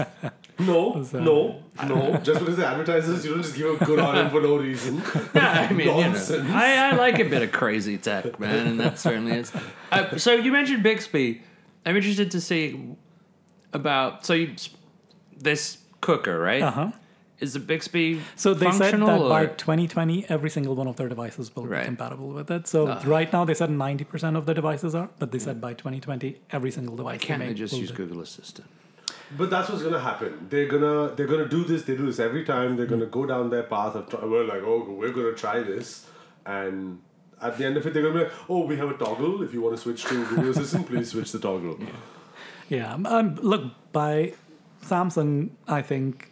[SPEAKER 3] (laughs) No, no, no. Just because the advertisers, you don't just give a good on it for no reason.
[SPEAKER 1] yeah, I mean, you know,
[SPEAKER 3] Nonsense.
[SPEAKER 1] I, I like a bit of crazy tech, man, and that certainly is. Uh, so you mentioned Bixby. I'm interested to see about so you, this cooker, right?
[SPEAKER 2] Uh-huh.
[SPEAKER 1] Is the Bixby
[SPEAKER 2] So they said that
[SPEAKER 1] functional
[SPEAKER 2] by
[SPEAKER 1] or-
[SPEAKER 2] 2020, every single one of their devices will
[SPEAKER 1] Right. Ah.
[SPEAKER 2] be compatible with it. So right now they said 90% of the devices are, but they said by 2020, every single device.
[SPEAKER 1] Mm. why can't
[SPEAKER 2] they
[SPEAKER 1] they
[SPEAKER 2] make
[SPEAKER 1] just
[SPEAKER 2] will
[SPEAKER 1] use
[SPEAKER 2] do.
[SPEAKER 1] Google Assistant?
[SPEAKER 3] But that's what's gonna happen. They're gonna they're gonna do this. They do this every time. They're gonna go down their path of try, we're like, oh, we're gonna try this, and at the end of it, they're gonna be like, oh, we have a toggle. If you want to switch to Google Assistant, please switch the toggle.
[SPEAKER 2] Yeah. Um, look, by Samsung, I think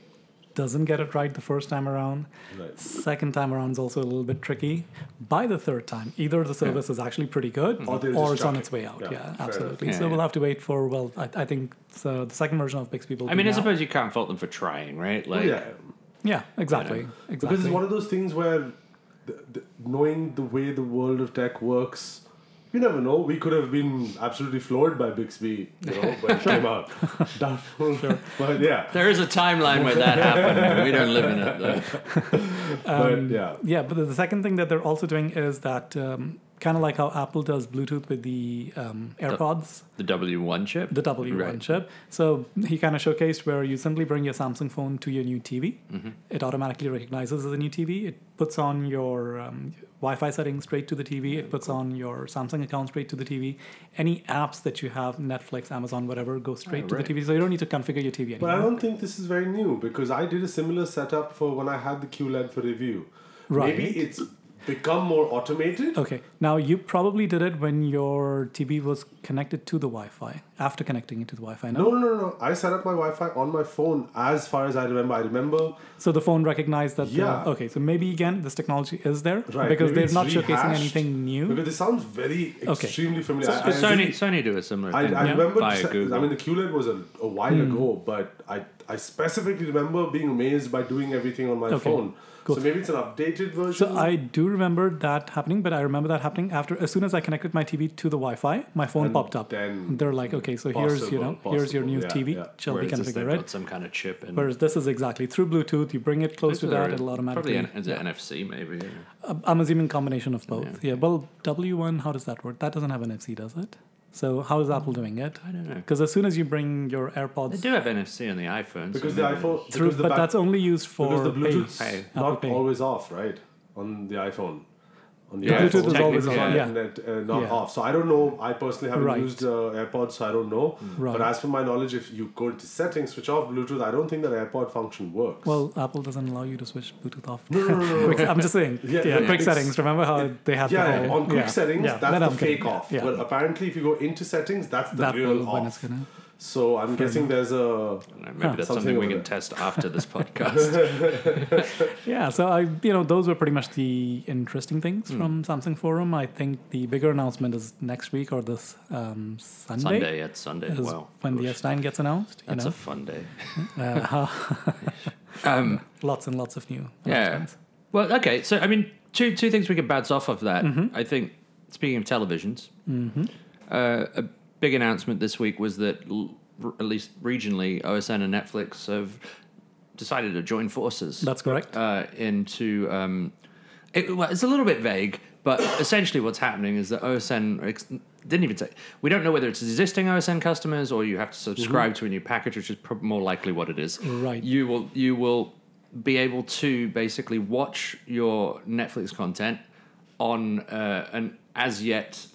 [SPEAKER 2] doesn't get it right the first time around.
[SPEAKER 3] Right.
[SPEAKER 2] Second time around is also a little bit tricky. By the third time, either the service is actually pretty good
[SPEAKER 3] Or
[SPEAKER 2] or,
[SPEAKER 3] they're
[SPEAKER 2] it's
[SPEAKER 3] just
[SPEAKER 2] on
[SPEAKER 3] chucking.
[SPEAKER 2] its way out.
[SPEAKER 3] Yeah,
[SPEAKER 2] Yeah,
[SPEAKER 3] fair enough.
[SPEAKER 2] absolutely.
[SPEAKER 1] Mm-hmm. Yeah,
[SPEAKER 2] so
[SPEAKER 1] yeah.
[SPEAKER 2] we'll have to wait for, well, I, I think so the second version of Bixby will
[SPEAKER 1] I
[SPEAKER 2] be
[SPEAKER 1] mean, I
[SPEAKER 2] now.
[SPEAKER 1] suppose you can't fault them for trying, right? Like,
[SPEAKER 3] Yeah.
[SPEAKER 2] Yeah, exactly. Exactly.
[SPEAKER 3] Because it's one of those things where th- th- knowing the way the world of tech works, you never know. We could have been absolutely floored by Bixby, you know, but it came out doubtful. But yeah,
[SPEAKER 1] There is a timeline where that happened. We don't live in it though.
[SPEAKER 3] but yeah,
[SPEAKER 2] Yeah, but the- the second thing that they're also doing is that um, kind of like how Apple does Bluetooth with the um, AirPods,
[SPEAKER 1] The W one chip.
[SPEAKER 2] the W1
[SPEAKER 1] Right.
[SPEAKER 2] chip. So he kind of showcased where you simply bring your Samsung phone to your new TV.
[SPEAKER 1] Mm-hmm.
[SPEAKER 2] It automatically recognizes as a new TV. It puts on your um, Wi-Fi settings straight to the TV. It puts on your Samsung account straight to the TV. Any apps that you have, Netflix, Amazon, whatever, go straight to
[SPEAKER 1] right.
[SPEAKER 2] the TV. So you don't need to configure your TV
[SPEAKER 3] but I
[SPEAKER 2] anymore.
[SPEAKER 3] don't think this is very new because I did a similar setup for when I had the QLED for review.
[SPEAKER 2] Right.
[SPEAKER 3] Maybe it's become more automated.
[SPEAKER 2] Okay. Now you probably did it when your TV was connected to the Wi-Fi after connecting it to the Wi-Fi. No.
[SPEAKER 3] No, no, no, no. I set up my Wi-Fi on my phone. As far as I remember, I remember
[SPEAKER 2] So the phone recognized that. the-
[SPEAKER 3] Yeah.
[SPEAKER 2] okay. So maybe again, this technology is there
[SPEAKER 3] right
[SPEAKER 2] because
[SPEAKER 3] maybe
[SPEAKER 2] they're
[SPEAKER 3] it's
[SPEAKER 2] not showcasing
[SPEAKER 3] rehashed,
[SPEAKER 2] anything new.
[SPEAKER 3] Because this sounds very
[SPEAKER 2] Okay.
[SPEAKER 3] extremely familiar. I-
[SPEAKER 1] But
[SPEAKER 3] I
[SPEAKER 1] Sony,
[SPEAKER 3] really-
[SPEAKER 1] Sony do a similar
[SPEAKER 3] I,
[SPEAKER 1] thing.
[SPEAKER 3] I remember.
[SPEAKER 1] Via
[SPEAKER 3] se-
[SPEAKER 1] Google.
[SPEAKER 3] I mean, the QLED was a, a while
[SPEAKER 2] Hmm.
[SPEAKER 3] ago, but I I specifically remember being amazed by doing everything on my
[SPEAKER 2] Okay,
[SPEAKER 3] phone.
[SPEAKER 2] cool.
[SPEAKER 3] So maybe it's an updated version.
[SPEAKER 2] So I do remember that happening, but I remember that happening after as soon as I connected my TV to the Wi-Fi, my phone
[SPEAKER 3] And
[SPEAKER 2] popped up.
[SPEAKER 3] then
[SPEAKER 2] they're like, okay, so here's you know,
[SPEAKER 3] possible,
[SPEAKER 2] here's your new
[SPEAKER 3] possible, yeah,
[SPEAKER 2] TV,
[SPEAKER 3] yeah.
[SPEAKER 2] shall be
[SPEAKER 1] Whereas this,
[SPEAKER 2] configured,
[SPEAKER 1] they've
[SPEAKER 2] right?
[SPEAKER 1] got some kind of chip. And
[SPEAKER 2] Whereas this is exactly through Bluetooth. You bring it close
[SPEAKER 1] This
[SPEAKER 2] to
[SPEAKER 1] is
[SPEAKER 2] that,
[SPEAKER 1] already-
[SPEAKER 2] it'll automatically.
[SPEAKER 1] Probably an, is it NFC maybe. yeah.
[SPEAKER 2] Uh, I'm assuming combination of both. Yeah. Well, W1, how does that work? That doesn't have NFC, does it? So how is Apple doing it?
[SPEAKER 1] I don't know.
[SPEAKER 2] Because as soon as you bring your
[SPEAKER 1] They
[SPEAKER 2] AirPods
[SPEAKER 1] do have NFC on the iPhone.
[SPEAKER 3] because the iPhone
[SPEAKER 2] through,
[SPEAKER 3] because the
[SPEAKER 2] but
[SPEAKER 3] back-
[SPEAKER 2] that's only used for
[SPEAKER 3] because the
[SPEAKER 2] pay.
[SPEAKER 3] Bluetooth's
[SPEAKER 1] Pay.
[SPEAKER 2] Apple
[SPEAKER 3] not
[SPEAKER 2] Pay.
[SPEAKER 3] always off, right? On the iPhone. On the
[SPEAKER 1] Yeah,
[SPEAKER 2] Bluetooth is always
[SPEAKER 1] technically,
[SPEAKER 2] on,
[SPEAKER 3] on,
[SPEAKER 2] yeah.
[SPEAKER 3] and it, uh, not
[SPEAKER 2] Yeah.
[SPEAKER 3] off. So I don't know. I personally haven't
[SPEAKER 2] Right. Mm.
[SPEAKER 3] used uh, AirPods, so I don't know.
[SPEAKER 2] Right.
[SPEAKER 3] But as per my knowledge, if you go into settings, switch off Bluetooth, I don't think that AirPod function works.
[SPEAKER 2] Well, Apple doesn't allow you to switch Bluetooth off.
[SPEAKER 3] (laughs) no, no, no, no.
[SPEAKER 2] Quick- I'm just saying. Yeah,
[SPEAKER 3] Yeah, yeah.
[SPEAKER 2] quick
[SPEAKER 3] It's-
[SPEAKER 2] settings. Remember how they have
[SPEAKER 3] Yeah,
[SPEAKER 2] the
[SPEAKER 3] yeah,
[SPEAKER 2] whole,
[SPEAKER 3] on quick
[SPEAKER 2] yeah,
[SPEAKER 3] settings,
[SPEAKER 2] yeah.
[SPEAKER 3] that's
[SPEAKER 2] Then
[SPEAKER 3] the
[SPEAKER 2] I'm kidding.
[SPEAKER 3] fake off.
[SPEAKER 2] Yeah.
[SPEAKER 3] But apparently, if you go into settings, that's the
[SPEAKER 2] that will
[SPEAKER 3] real
[SPEAKER 2] when it's
[SPEAKER 3] off.
[SPEAKER 2] gonna.
[SPEAKER 3] So I'm guessing there's a.
[SPEAKER 1] I don't know, maybe that's
[SPEAKER 3] Something
[SPEAKER 1] something we
[SPEAKER 3] over
[SPEAKER 1] can
[SPEAKER 3] there.
[SPEAKER 1] test after this podcast.
[SPEAKER 2] Yeah, so I, you know, those were pretty much the interesting things
[SPEAKER 1] Hmm.
[SPEAKER 2] from Samsung Forum. I think the bigger announcement is next week or this um, Sunday.
[SPEAKER 1] Sunday, it's Sunday.
[SPEAKER 2] is
[SPEAKER 1] Wow.
[SPEAKER 2] when the
[SPEAKER 1] Oof.
[SPEAKER 2] S9 gets announced. You
[SPEAKER 1] That's
[SPEAKER 2] know, Uh,
[SPEAKER 1] a fun day. (laughs)
[SPEAKER 2] lots and lots of new.
[SPEAKER 1] Yeah.
[SPEAKER 2] announcements.
[SPEAKER 1] Well, okay. So, I mean, two two things we can bounce off of that. I think, speaking of televisions, uh, a big announcement this week was that, l- r- at least regionally, OSN and Netflix have decided to join forces
[SPEAKER 2] That's correct.
[SPEAKER 1] uh, into. Um, it, well, it's a little bit vague, but essentially what's happening is that OSN ex- didn't even say. We don't know whether it's existing OSN customers or you have to subscribe to a new package, which is prob more likely what it is.
[SPEAKER 2] Mm-hmm. Right.
[SPEAKER 1] You will you will be able to basically watch your Netflix content on uh, an as yet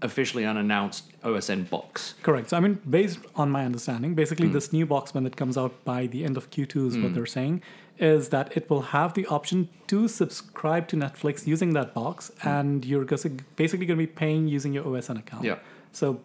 [SPEAKER 1] officially unannounced OSN box.
[SPEAKER 2] Correct. So, I mean, based on my understanding,
[SPEAKER 1] Hmm.
[SPEAKER 2] basically, this new box when it comes out by the end of Q2 is what they're saying is that it will have the option to subscribe to Netflix using that box,
[SPEAKER 1] Hmm.
[SPEAKER 2] and you're basi- basically going to be paying using your OSN account.
[SPEAKER 1] Yeah. Hmm.
[SPEAKER 2] So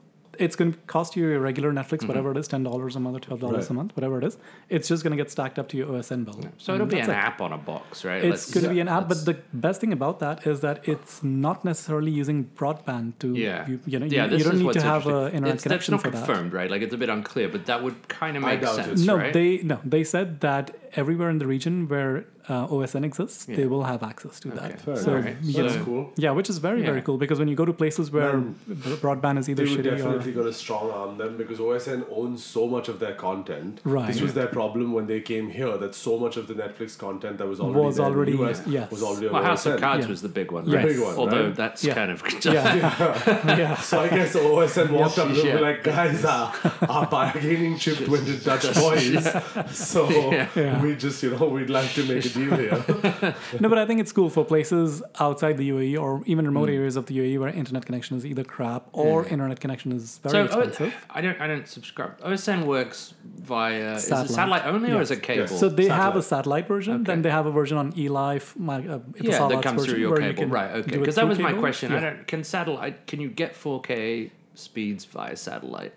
[SPEAKER 2] it's going to cost you your regular Netflix, whatever it is, ten dollars a month or twelve dollars a
[SPEAKER 3] Right.
[SPEAKER 2] month, whatever it is. It's just going to get stacked up to your OSN bill.
[SPEAKER 1] So
[SPEAKER 2] And
[SPEAKER 1] it'll be
[SPEAKER 2] Mm, that's
[SPEAKER 1] an
[SPEAKER 2] it.
[SPEAKER 1] app on a box, right?
[SPEAKER 2] It's
[SPEAKER 1] Let's-
[SPEAKER 2] going to be an
[SPEAKER 1] yeah,
[SPEAKER 2] app, but the best thing about that is that it's not necessarily using broadband to
[SPEAKER 1] Yeah,
[SPEAKER 2] you, you know
[SPEAKER 1] yeah,
[SPEAKER 2] you,
[SPEAKER 1] this
[SPEAKER 2] you
[SPEAKER 1] is
[SPEAKER 2] don't need
[SPEAKER 1] what's
[SPEAKER 2] to have
[SPEAKER 1] interesting.
[SPEAKER 2] an internet
[SPEAKER 1] It's-
[SPEAKER 2] connection
[SPEAKER 1] That's
[SPEAKER 2] for
[SPEAKER 1] not
[SPEAKER 2] that.
[SPEAKER 1] confirmed, right? Like it's a bit unclear, but that would kind of
[SPEAKER 3] I
[SPEAKER 1] make
[SPEAKER 3] doubt it.
[SPEAKER 1] sense,
[SPEAKER 2] no,
[SPEAKER 1] right?
[SPEAKER 2] they no, they said that everywhere in the region where uh, OSN exists, they will have access to that.
[SPEAKER 1] Okay.
[SPEAKER 2] So
[SPEAKER 1] Alright.
[SPEAKER 2] you
[SPEAKER 1] So-
[SPEAKER 2] know,
[SPEAKER 3] that's cool.
[SPEAKER 2] yeah, which is very very
[SPEAKER 1] Yeah.
[SPEAKER 2] cool because when you go to places where
[SPEAKER 3] Man,
[SPEAKER 2] b- broadband is either
[SPEAKER 3] They were
[SPEAKER 2] shitty
[SPEAKER 3] definitely
[SPEAKER 2] or
[SPEAKER 3] going to strong arm them because OSN owns so much of their content.
[SPEAKER 2] Right.
[SPEAKER 3] This was their problem when they came here that so much of the Netflix content that was already
[SPEAKER 2] Was
[SPEAKER 3] there
[SPEAKER 2] already-
[SPEAKER 3] in the US
[SPEAKER 2] yes.
[SPEAKER 3] was already on
[SPEAKER 1] Well, House of
[SPEAKER 3] OSN.
[SPEAKER 1] Cards
[SPEAKER 2] Yeah.
[SPEAKER 1] was the big one,
[SPEAKER 2] Yes.
[SPEAKER 1] right?
[SPEAKER 2] Big
[SPEAKER 3] one,
[SPEAKER 1] Although
[SPEAKER 3] right?
[SPEAKER 1] that's
[SPEAKER 2] Yeah.
[SPEAKER 1] kind of (laughs)
[SPEAKER 2] (laughs)
[SPEAKER 3] (laughs)
[SPEAKER 2] yeah, (laughs) yeah.
[SPEAKER 3] So I guess OSN walked up and
[SPEAKER 1] yeah.
[SPEAKER 3] were like, guys, our, our bargaining chip went to Dutch boys.
[SPEAKER 1] (laughs)
[SPEAKER 3] So
[SPEAKER 2] Yeah.
[SPEAKER 3] we just, you know, we'd like to make a deal here.
[SPEAKER 2] No, but I think it's cool for places outside the UAE or even remote
[SPEAKER 1] Mm.
[SPEAKER 2] areas of the UAE where internet connection is either crap or internet connection is very
[SPEAKER 1] So
[SPEAKER 2] expensive.
[SPEAKER 1] oh, I don't I don't subscribe. OSN works via is it
[SPEAKER 2] Satellite.
[SPEAKER 1] satellite only or
[SPEAKER 2] Yeah.
[SPEAKER 1] is it cable?
[SPEAKER 3] Yes.
[SPEAKER 2] So they have a satellite version, then
[SPEAKER 1] Okay.
[SPEAKER 2] they have a version on eLife, my uh,
[SPEAKER 1] yeah, that
[SPEAKER 2] Etisalat's
[SPEAKER 1] comes through
[SPEAKER 2] version
[SPEAKER 1] your
[SPEAKER 2] where you
[SPEAKER 1] cable,
[SPEAKER 2] can
[SPEAKER 1] right? Okay,
[SPEAKER 2] do it
[SPEAKER 1] because that
[SPEAKER 2] through
[SPEAKER 1] was my
[SPEAKER 2] cable.
[SPEAKER 1] question.
[SPEAKER 2] Yeah.
[SPEAKER 1] I don't can satellite can you get 4K speeds via satellite?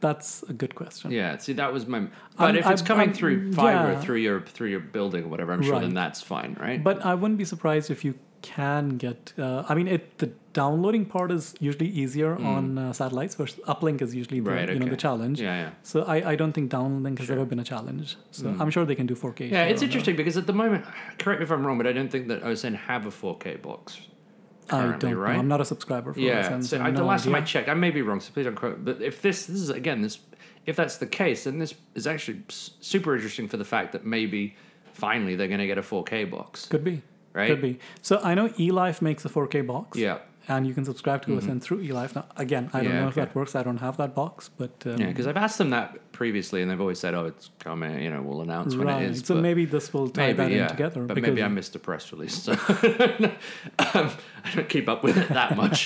[SPEAKER 2] That's a good question.
[SPEAKER 1] Yeah, see that was my. But if it's
[SPEAKER 2] I'm-
[SPEAKER 1] coming
[SPEAKER 2] I'm-
[SPEAKER 1] through fiber
[SPEAKER 2] yeah.
[SPEAKER 1] through your through your building or whatever, I'm sure
[SPEAKER 2] Right.
[SPEAKER 1] then that's fine, right?
[SPEAKER 2] But I wouldn't be surprised if you can get. Uh, I mean, it the downloading part is usually easier on uh, satellites, versus uplink is usually the,
[SPEAKER 1] Mm. Right,
[SPEAKER 2] you know
[SPEAKER 1] okay.
[SPEAKER 2] the challenge.
[SPEAKER 1] Yeah, yeah.
[SPEAKER 2] So I, I don't think downlink has ever been a challenge. So I'm sure they can do 4K.
[SPEAKER 1] Mm. yeah,
[SPEAKER 2] here
[SPEAKER 1] it's
[SPEAKER 2] on
[SPEAKER 1] (sighs)
[SPEAKER 2] that.
[SPEAKER 1] interesting because at the moment, correct me if I'm wrong, but I don't think that OSN have a 4K box.
[SPEAKER 2] I
[SPEAKER 1] currently,
[SPEAKER 2] don't
[SPEAKER 1] right?
[SPEAKER 2] know. I'm not a subscriber for this.
[SPEAKER 1] yeah.
[SPEAKER 2] and
[SPEAKER 1] So
[SPEAKER 2] so
[SPEAKER 1] I, the
[SPEAKER 2] no
[SPEAKER 1] last time I
[SPEAKER 2] idea.
[SPEAKER 1] checked, I may be wrong, so please don't quote. But if this this is again this, if that's the case, then this is actually s- super interesting for the fact that maybe finally they're going to get a 4K box.
[SPEAKER 2] Could be.
[SPEAKER 1] Right?
[SPEAKER 2] Could be. So I know eLife makes a 4K box.
[SPEAKER 1] Yeah.
[SPEAKER 2] And you can subscribe to OSN through eLife. Now, again, I don't
[SPEAKER 1] Mm-hmm. Yeah,
[SPEAKER 2] know if
[SPEAKER 1] okay.
[SPEAKER 2] that works. I don't have that box, but um,
[SPEAKER 1] Yeah, because I've asked them that previously, and they've always said, "Oh, it's coming. You know, we'll announce when
[SPEAKER 2] right.
[SPEAKER 1] it is."
[SPEAKER 2] so
[SPEAKER 1] but
[SPEAKER 2] maybe this will tie
[SPEAKER 1] maybe,
[SPEAKER 2] that
[SPEAKER 1] yeah.
[SPEAKER 2] in together.
[SPEAKER 1] but
[SPEAKER 2] because
[SPEAKER 1] maybe I missed a press release, so (laughs) um, I don't keep up with it that
[SPEAKER 2] (laughs)
[SPEAKER 1] much.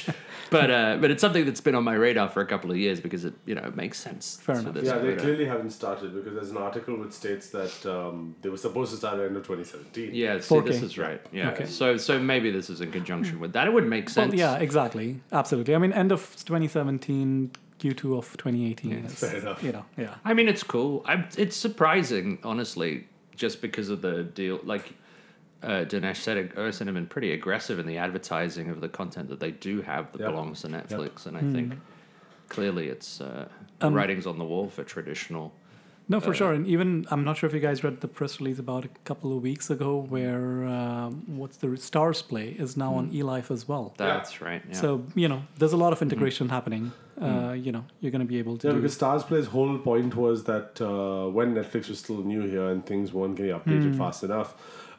[SPEAKER 1] but uh, but it's something that's been on my radar for a couple of years because it you know it makes sense.
[SPEAKER 2] Fair
[SPEAKER 1] for
[SPEAKER 2] enough.
[SPEAKER 1] this,
[SPEAKER 3] Yeah, they
[SPEAKER 1] but, uh,
[SPEAKER 3] clearly haven't started because there's an article which states that um, they were supposed to start at the end of 2017.
[SPEAKER 1] Yeah, see, this
[SPEAKER 2] 4K.
[SPEAKER 1] is right. Yeah.
[SPEAKER 2] Okay. Hmm.
[SPEAKER 1] So so maybe this is in conjunction with that. It would make
[SPEAKER 2] Well,
[SPEAKER 1] sense.
[SPEAKER 2] yeah, exactly. Absolutely. I mean, end of 2017, Q2 of 2018. is,
[SPEAKER 3] Fair enough.
[SPEAKER 2] You know, yeah.
[SPEAKER 1] I mean, it's cool. I, it's surprising, honestly, just because of the deal. Like uh, Dinesh said, OSN have been pretty aggressive in the advertising of the content that they do have that
[SPEAKER 3] Yep.
[SPEAKER 1] belongs to Netflix, and I think clearly it's uh,
[SPEAKER 2] Hmm. Um,
[SPEAKER 1] writings on the wall for traditional.
[SPEAKER 2] No,
[SPEAKER 1] Uh,
[SPEAKER 2] for sure. And even, I'm not sure if you guys read the press release about a couple of weeks ago where um, what's the Stars Play is now on eLife as well.
[SPEAKER 1] That's right. Mm. Yeah. Mm-hmm. Mm.
[SPEAKER 2] So, you know, there's a lot of integration happening. Uh, you know, you're going to be able to
[SPEAKER 3] Yeah,
[SPEAKER 2] do
[SPEAKER 3] because Stars Play's whole point was that uh, when Netflix was still new here and things weren't getting updated
[SPEAKER 2] Hmm.
[SPEAKER 3] fast enough,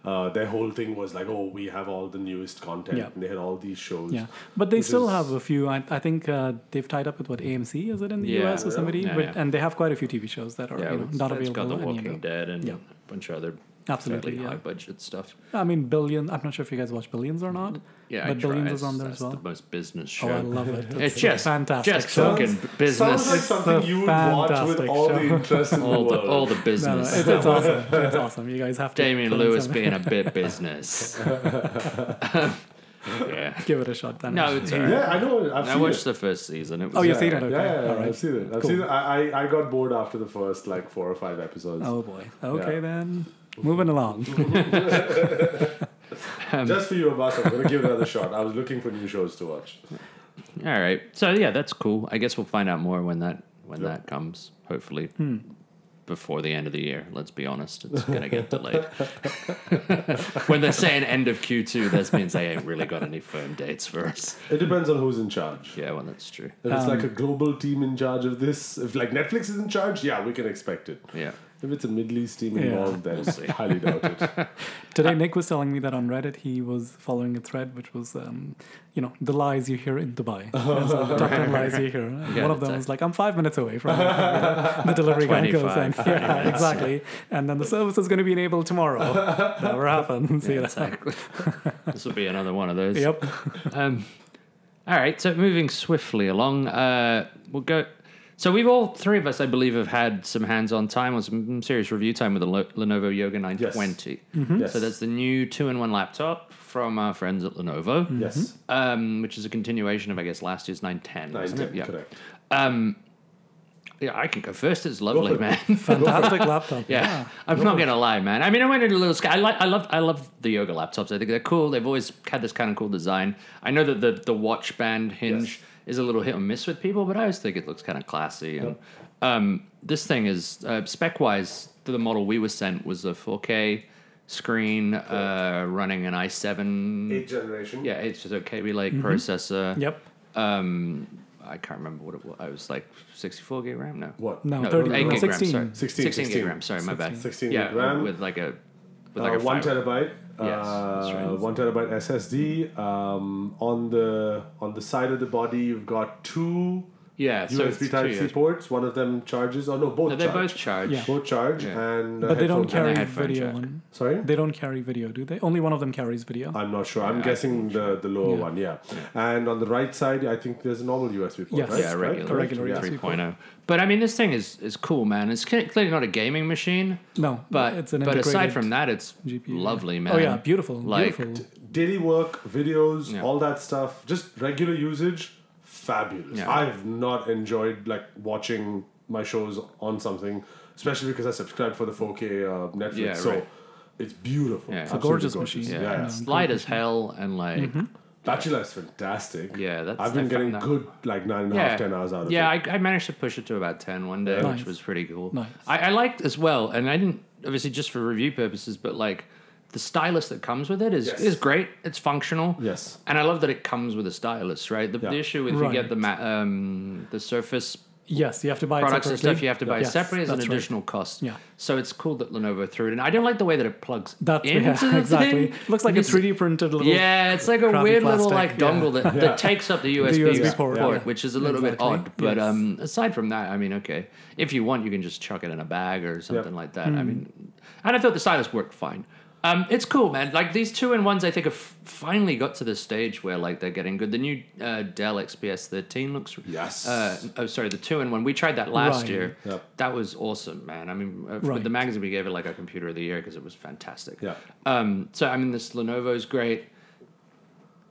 [SPEAKER 3] uh, their whole thing was like, oh, we have all the newest content.
[SPEAKER 2] Yeah.
[SPEAKER 3] And they had all these shows.
[SPEAKER 2] Yeah, but they
[SPEAKER 3] which
[SPEAKER 2] still
[SPEAKER 3] is-
[SPEAKER 2] have a few. I, I think uh, they've tied up with what AMC is it in the
[SPEAKER 1] Yeah.
[SPEAKER 2] US or
[SPEAKER 1] Yeah.
[SPEAKER 2] somebody,
[SPEAKER 1] Yeah,
[SPEAKER 2] but,
[SPEAKER 1] yeah.
[SPEAKER 2] and they have quite a few TV shows that are
[SPEAKER 1] yeah,
[SPEAKER 2] you know,
[SPEAKER 1] it's-
[SPEAKER 2] not
[SPEAKER 1] it's
[SPEAKER 2] available.
[SPEAKER 1] got The
[SPEAKER 2] on any of
[SPEAKER 1] Walking
[SPEAKER 2] them.
[SPEAKER 1] Dead and
[SPEAKER 2] Yeah.
[SPEAKER 1] a bunch of other
[SPEAKER 2] Absolutely,
[SPEAKER 1] fairly
[SPEAKER 2] yeah.
[SPEAKER 1] high budget stuff.
[SPEAKER 2] I mean, billion. I'm not sure if you guys watch Billions or not.
[SPEAKER 1] Yeah,
[SPEAKER 2] but
[SPEAKER 1] I try.
[SPEAKER 2] Billions is on there
[SPEAKER 1] That's
[SPEAKER 2] as well.
[SPEAKER 1] the most business
[SPEAKER 2] Oh,
[SPEAKER 1] show.
[SPEAKER 2] I love
[SPEAKER 1] (laughs)
[SPEAKER 2] it.
[SPEAKER 1] It's just
[SPEAKER 2] fantastic.
[SPEAKER 1] Just
[SPEAKER 2] show.
[SPEAKER 1] fucking business.
[SPEAKER 3] Sounds like something
[SPEAKER 2] a
[SPEAKER 3] you would watch with
[SPEAKER 2] fantastic
[SPEAKER 3] all the
[SPEAKER 2] show.
[SPEAKER 3] interest
[SPEAKER 2] (laughs)
[SPEAKER 3] in
[SPEAKER 1] all
[SPEAKER 3] the
[SPEAKER 1] the
[SPEAKER 3] world.
[SPEAKER 1] all the
[SPEAKER 2] No, no,
[SPEAKER 1] business.
[SPEAKER 2] it's, it's awesome. It's awesome. You guys have to.
[SPEAKER 1] Damien
[SPEAKER 2] put in
[SPEAKER 1] Lewis
[SPEAKER 2] some-
[SPEAKER 1] being a (laughs) bit business. yeah.
[SPEAKER 2] (laughs) Give it a shot then.
[SPEAKER 1] No, it's all right.
[SPEAKER 3] yeah, I know. I've
[SPEAKER 1] I
[SPEAKER 3] seen
[SPEAKER 1] watched
[SPEAKER 3] it.
[SPEAKER 1] the first season. It was
[SPEAKER 2] Oh, you've
[SPEAKER 1] all
[SPEAKER 2] seen
[SPEAKER 1] right.
[SPEAKER 2] it? Okay.
[SPEAKER 3] Yeah, yeah, yeah,
[SPEAKER 2] All right.
[SPEAKER 3] I've seen it. I've
[SPEAKER 2] Cool.
[SPEAKER 3] seen it. I, I, I got bored after the first like four or five episodes.
[SPEAKER 2] Oh boy. Okay
[SPEAKER 3] Yeah.
[SPEAKER 2] then. Moving along.
[SPEAKER 3] Just for you, Abbas, I'm going to give it another shot. I was looking for new shows to watch.
[SPEAKER 1] All right. So yeah, that's cool. I guess we'll find out more when that when that comes. Hopefully, before the end of the year. Let's be honest, it's going to get delayed. (laughs) when they're saying end of Q two, that means they ain't really got any firm dates for us.
[SPEAKER 3] It depends on who's in charge.
[SPEAKER 1] Yeah, well, that's true.
[SPEAKER 3] If it's
[SPEAKER 2] Um,
[SPEAKER 3] like a global team in charge of this, if like Netflix is in charge, yeah, we can expect it.
[SPEAKER 1] Yeah.
[SPEAKER 3] If it's a Middle East team
[SPEAKER 2] Yeah. Hmm?
[SPEAKER 3] involved, then I highly doubt it.
[SPEAKER 1] Uh,
[SPEAKER 2] Today, Nick was telling me that on Reddit he was following a thread which was, um, you know, the lies you hear in
[SPEAKER 1] (laughs)
[SPEAKER 2] Dubai. It's like, top 10 lies you hear. And
[SPEAKER 1] Yeah,
[SPEAKER 2] one of them
[SPEAKER 1] it's
[SPEAKER 2] was like, I'm five minutes away from it." You know, the delivery guy goes
[SPEAKER 1] 25,
[SPEAKER 2] in. Yeah, exactly. And then the service is going to be enabled tomorrow. Never happens. you know.
[SPEAKER 1] Exactly. (laughs) this will be another one of those.
[SPEAKER 2] Yep.
[SPEAKER 1] Um, all right, so moving swiftly along, uh, we'll go. So we've all three of us, I believe, have had some hands-on time or some serious review time with the Lo- Lenovo Yoga 920.
[SPEAKER 3] Yes.
[SPEAKER 1] So that's the new two-in-one laptop from our friends at Lenovo,
[SPEAKER 3] yes.
[SPEAKER 2] Hmm?
[SPEAKER 1] um, which is a continuation of, I guess, last year's 910.
[SPEAKER 3] Nine,
[SPEAKER 1] wasn't it?
[SPEAKER 3] ten,
[SPEAKER 1] Yeah.
[SPEAKER 3] correct.
[SPEAKER 1] yeah, I can go first. It's lovely,
[SPEAKER 3] for it.
[SPEAKER 1] man. (laughs)
[SPEAKER 2] Fantastic laptop.
[SPEAKER 1] Yeah, I'm not gonna lie, man. I mean, I went into a little. Sky. I like, I love, I love the yoga laptops. I think they're cool. They've always had this kind of cool design. I know that the the watch band hinge
[SPEAKER 3] Yes.
[SPEAKER 1] is a little hit or miss with people, but I always think it looks kind of classy. And um, this thing is uh, spec wise, the model we were sent was a 4K screen uh, running an i7.
[SPEAKER 3] Eighth generation.
[SPEAKER 1] Hmm. Yeah, it's Mm-hmm. just a KB Lake processor.
[SPEAKER 2] Yep.
[SPEAKER 1] Um, I can't remember what it was. I was like 64 gig RAM. No.
[SPEAKER 3] What?
[SPEAKER 2] No,
[SPEAKER 1] No,
[SPEAKER 2] 30,
[SPEAKER 1] eight
[SPEAKER 2] no,
[SPEAKER 1] gig
[SPEAKER 2] 16.
[SPEAKER 1] RAM. Sorry.
[SPEAKER 3] 16,
[SPEAKER 1] 16 gig
[SPEAKER 3] 16.
[SPEAKER 1] RAM. Sorry, my bad.
[SPEAKER 3] 16
[SPEAKER 1] yeah,
[SPEAKER 3] gig RAM.
[SPEAKER 1] with like a with like
[SPEAKER 3] Uh,
[SPEAKER 1] a
[SPEAKER 3] one
[SPEAKER 1] fiber-
[SPEAKER 3] terabyte.
[SPEAKER 1] Yes,
[SPEAKER 3] uh,
[SPEAKER 1] that's right.
[SPEAKER 3] One terabyte SSD. Um, on the on the side of the body, you've got two
[SPEAKER 1] Yeah, so it's two
[SPEAKER 3] USB Type C
[SPEAKER 1] USB.
[SPEAKER 3] ports. One of them charges. Oh no, both.
[SPEAKER 1] No, they
[SPEAKER 3] charge.
[SPEAKER 1] both charge.
[SPEAKER 2] Yeah.
[SPEAKER 3] Both charge
[SPEAKER 1] Yeah.
[SPEAKER 3] and. uh,
[SPEAKER 2] But they don't
[SPEAKER 1] And
[SPEAKER 2] carry
[SPEAKER 3] headphone
[SPEAKER 1] a headphone
[SPEAKER 2] video.
[SPEAKER 1] jack.
[SPEAKER 2] On.
[SPEAKER 3] Sorry.
[SPEAKER 2] They don't carry video, do they? Only one of them carries video.
[SPEAKER 3] I'm not sure. I'm
[SPEAKER 1] Yeah, I
[SPEAKER 3] guessing the, the lower
[SPEAKER 2] Yeah.
[SPEAKER 3] one, yeah. And on the right side, I think there's a normal USB
[SPEAKER 2] Yes.
[SPEAKER 3] port, right?
[SPEAKER 1] Yeah,
[SPEAKER 2] That's
[SPEAKER 3] Right?
[SPEAKER 1] regular,
[SPEAKER 2] Correct. regular
[SPEAKER 1] regular
[SPEAKER 2] USB
[SPEAKER 1] 3.0. oh. But I mean, this thing is is cool, man. It's cl- clearly not a gaming machine,
[SPEAKER 2] No,
[SPEAKER 1] but
[SPEAKER 2] it's an
[SPEAKER 1] but aside
[SPEAKER 2] integrated
[SPEAKER 1] from that, it's
[SPEAKER 2] GPU.
[SPEAKER 1] lovely, man.
[SPEAKER 2] Oh yeah, beautiful,
[SPEAKER 1] Like,
[SPEAKER 2] beautiful.
[SPEAKER 3] Daily work, videos,
[SPEAKER 1] Yeah.
[SPEAKER 3] all that stuff, just regular usage, fabulous.
[SPEAKER 1] Yeah.
[SPEAKER 3] I've not enjoyed like watching my shows on something, especially because I subscribe for the 4K uh, Netflix.
[SPEAKER 1] Yeah,
[SPEAKER 3] so
[SPEAKER 1] right.
[SPEAKER 3] it's beautiful.
[SPEAKER 1] Yeah. It's a
[SPEAKER 3] Absolutely
[SPEAKER 2] gorgeous machine.
[SPEAKER 1] Yeah,
[SPEAKER 3] Yeah. yeah.
[SPEAKER 1] it's light as hell, and like
[SPEAKER 2] Mm-hmm.
[SPEAKER 3] Battery life's fantastic.
[SPEAKER 1] Yeah, that's-
[SPEAKER 3] I've
[SPEAKER 1] I found
[SPEAKER 3] been getting
[SPEAKER 1] that-
[SPEAKER 3] good like nine and a half, ten hours out of it.
[SPEAKER 1] yeah, I, I managed to push it to about 10 one day,
[SPEAKER 2] Yeah.
[SPEAKER 1] which
[SPEAKER 2] Nice.
[SPEAKER 1] was pretty cool.
[SPEAKER 2] Nice.
[SPEAKER 1] I, I liked as well, and I didn't, obviously, just for review purposes, but like the stylus that comes with it is
[SPEAKER 3] Yes.
[SPEAKER 1] is great. It's functional.
[SPEAKER 3] Yes.
[SPEAKER 1] And I love that it comes with a stylus, right? The, the
[SPEAKER 3] Yeah.
[SPEAKER 1] issue if you get
[SPEAKER 2] Right.
[SPEAKER 1] the ma- um, the Surface
[SPEAKER 2] Yes, you have to buy
[SPEAKER 1] products
[SPEAKER 2] it
[SPEAKER 1] and
[SPEAKER 2] separately.
[SPEAKER 1] stuff, you have to buy
[SPEAKER 2] Yes,
[SPEAKER 1] separate as an
[SPEAKER 2] that's right.
[SPEAKER 1] additional cost.
[SPEAKER 2] Yeah.
[SPEAKER 1] So it's cool that Lenovo threw it in. I don't like the way that it plugs
[SPEAKER 2] That's (laughs)
[SPEAKER 1] into
[SPEAKER 2] yeah,
[SPEAKER 1] the
[SPEAKER 2] exactly.
[SPEAKER 1] thing.
[SPEAKER 2] Looks like a
[SPEAKER 1] It's-
[SPEAKER 2] 3D printed little.
[SPEAKER 1] yeah, it's like a
[SPEAKER 2] crappy
[SPEAKER 1] weird little like
[SPEAKER 2] plastic, yeah.
[SPEAKER 1] dongle that, that takes up the USB,
[SPEAKER 2] USB
[SPEAKER 1] port,
[SPEAKER 2] port, yeah.
[SPEAKER 1] which is a little
[SPEAKER 2] Exactly,
[SPEAKER 1] bit odd. But
[SPEAKER 2] yes.
[SPEAKER 1] um, aside from that, I mean, okay, if you want, you can just chuck it in a bag or something like that.
[SPEAKER 2] Hmm.
[SPEAKER 1] I mean, and I thought the stylus worked fine. Um, it's cool, man. Like these two in ones, I think have finally got to the stage where like they're getting good. The new uh, Dell XPS 13 looks
[SPEAKER 3] Yes.
[SPEAKER 1] Uh, oh, sorry, the two in one. We tried that last
[SPEAKER 2] Right.
[SPEAKER 1] year.
[SPEAKER 3] Yep.
[SPEAKER 1] That was awesome, man. I mean, uh, with
[SPEAKER 2] Right.
[SPEAKER 1] the magazine, we gave it like a computer of the year because it was fantastic.
[SPEAKER 3] Yeah.
[SPEAKER 1] Um, so I mean, this Lenovo's great.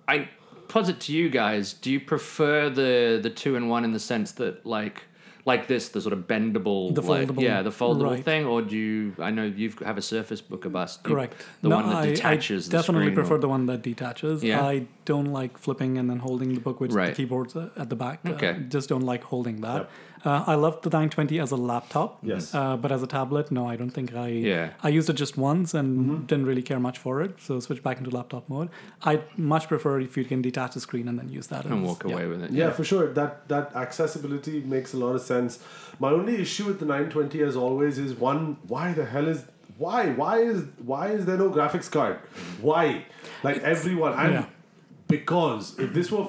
[SPEAKER 1] I posit to you guys: Do you prefer the the two in one in the sense that like like this, the sort of bendable,
[SPEAKER 2] The
[SPEAKER 1] like,
[SPEAKER 2] foldable,
[SPEAKER 1] yeah, the foldable
[SPEAKER 2] right.
[SPEAKER 1] thing, or do you? I know you have a Surface Book of us, you-
[SPEAKER 2] Correct.
[SPEAKER 1] the one that
[SPEAKER 2] I-
[SPEAKER 1] detaches.
[SPEAKER 2] I
[SPEAKER 1] the
[SPEAKER 2] definitely
[SPEAKER 1] screen
[SPEAKER 2] prefer
[SPEAKER 1] or-
[SPEAKER 2] the one that detaches.
[SPEAKER 1] Yeah.
[SPEAKER 2] I don't like flipping and then holding the book with
[SPEAKER 1] Right.
[SPEAKER 2] the keyboards uh, at the back. Uh,
[SPEAKER 1] Okay.
[SPEAKER 2] just don't like holding that. Uh, I loved the 920 as a laptop.
[SPEAKER 3] Yes.
[SPEAKER 2] Uh, but as a tablet, no, I don't think I.
[SPEAKER 1] Yeah.
[SPEAKER 2] I used it just once and
[SPEAKER 3] Mm-hmm.
[SPEAKER 2] didn't really care much for it. So switched back into laptop mode. I much prefer if you can detach the screen and then use that
[SPEAKER 1] and
[SPEAKER 2] as-
[SPEAKER 1] walk
[SPEAKER 2] yeah.
[SPEAKER 1] away with it.
[SPEAKER 3] Yeah, for sure. That that accessibility makes a lot of sense. My only issue with the 920, as always, is one: why the hell is why why is why is there no graphics card? Why, like everyone, and
[SPEAKER 2] yeah.
[SPEAKER 3] because if this were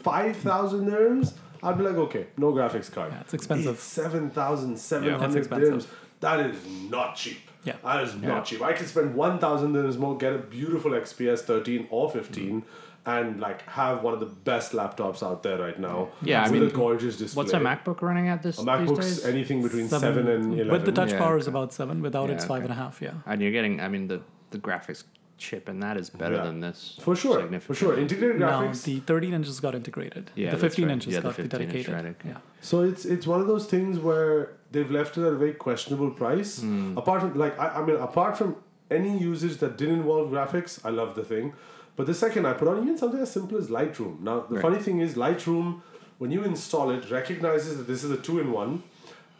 [SPEAKER 3] five thousand dirhams, I'd be like, okay, no graphics card.
[SPEAKER 2] Yeah, it's expensive.
[SPEAKER 3] Seven thousand seven
[SPEAKER 2] Yeah, that's
[SPEAKER 3] hundred dirhams.
[SPEAKER 2] expensive.
[SPEAKER 3] That is not cheap.
[SPEAKER 2] Yeah.
[SPEAKER 3] That is not cheap. I can spend 1,000 dirhams more, get a beautiful XPS 13 or 15, and like have one of the best laptops out there right now.
[SPEAKER 1] Yeah, I
[SPEAKER 3] with
[SPEAKER 1] mean,
[SPEAKER 3] a gorgeous display.
[SPEAKER 1] What's a MacBook running at this
[SPEAKER 3] A
[SPEAKER 1] these days?
[SPEAKER 3] MacBook's anything between 7 and 11.
[SPEAKER 2] With the touch
[SPEAKER 1] Yeah,
[SPEAKER 2] bar is about seven. Without
[SPEAKER 1] Yeah,
[SPEAKER 2] it's
[SPEAKER 1] okay.
[SPEAKER 2] five and a half. Yeah.
[SPEAKER 1] and you're getting. I mean, the the graphics chip and that is better
[SPEAKER 3] Yeah.
[SPEAKER 1] than this
[SPEAKER 3] for sure. For
[SPEAKER 1] significantly.
[SPEAKER 3] sure. Integrated
[SPEAKER 2] No,
[SPEAKER 3] graphics.
[SPEAKER 2] the 13 inches got integrated.
[SPEAKER 1] Yeah,
[SPEAKER 2] the
[SPEAKER 1] that's
[SPEAKER 2] 15
[SPEAKER 1] right.
[SPEAKER 2] inches
[SPEAKER 1] Yeah, the
[SPEAKER 2] got
[SPEAKER 1] 15 inch
[SPEAKER 2] dedicated.
[SPEAKER 1] radic, yeah.
[SPEAKER 2] Yeah.
[SPEAKER 3] So it's it's one of those things where they've left it at a very questionable price. Apart from like I, I mean, apart from any usage that did involve graphics, I love the thing. But the second I put on even something as simple as Lightroom. Now the
[SPEAKER 1] Right.
[SPEAKER 3] funny thing is Lightroom, when you install it, recognizes that this is a two in one.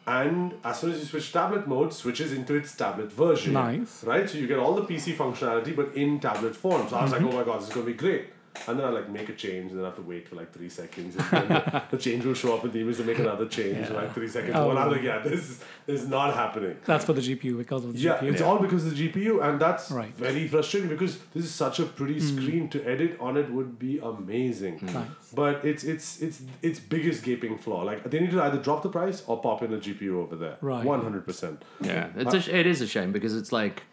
[SPEAKER 3] And as soon as you switch tablet mode, switches into its tablet version.
[SPEAKER 2] Nice.
[SPEAKER 3] Right? So you get all the PC functionality but in tablet form. So I was
[SPEAKER 2] Mm-hmm.
[SPEAKER 3] like, oh my god, this is gonna be great. And then I like make a change and then I have to wait for like three seconds and
[SPEAKER 2] (laughs)
[SPEAKER 3] then the, the change will show up in the image to make another change in like three seconds.
[SPEAKER 2] Oh.
[SPEAKER 3] Well, I'm like, yeah, this is, this is not happening.
[SPEAKER 2] That's for the GPU because of the
[SPEAKER 3] Yeah,
[SPEAKER 2] GPU.
[SPEAKER 3] it's all because of the GPU, and that's
[SPEAKER 2] Right. Mm.
[SPEAKER 3] very frustrating because this is such a pretty screen to edit on. It would be amazing,
[SPEAKER 2] Nice.
[SPEAKER 3] but it's it's it's its biggest gaping flaw. Like they need to either drop the price or pop in a GPU over there.
[SPEAKER 2] Right.
[SPEAKER 3] one hundred percent.
[SPEAKER 1] Yeah, it's a, sh- it is a shame because it's like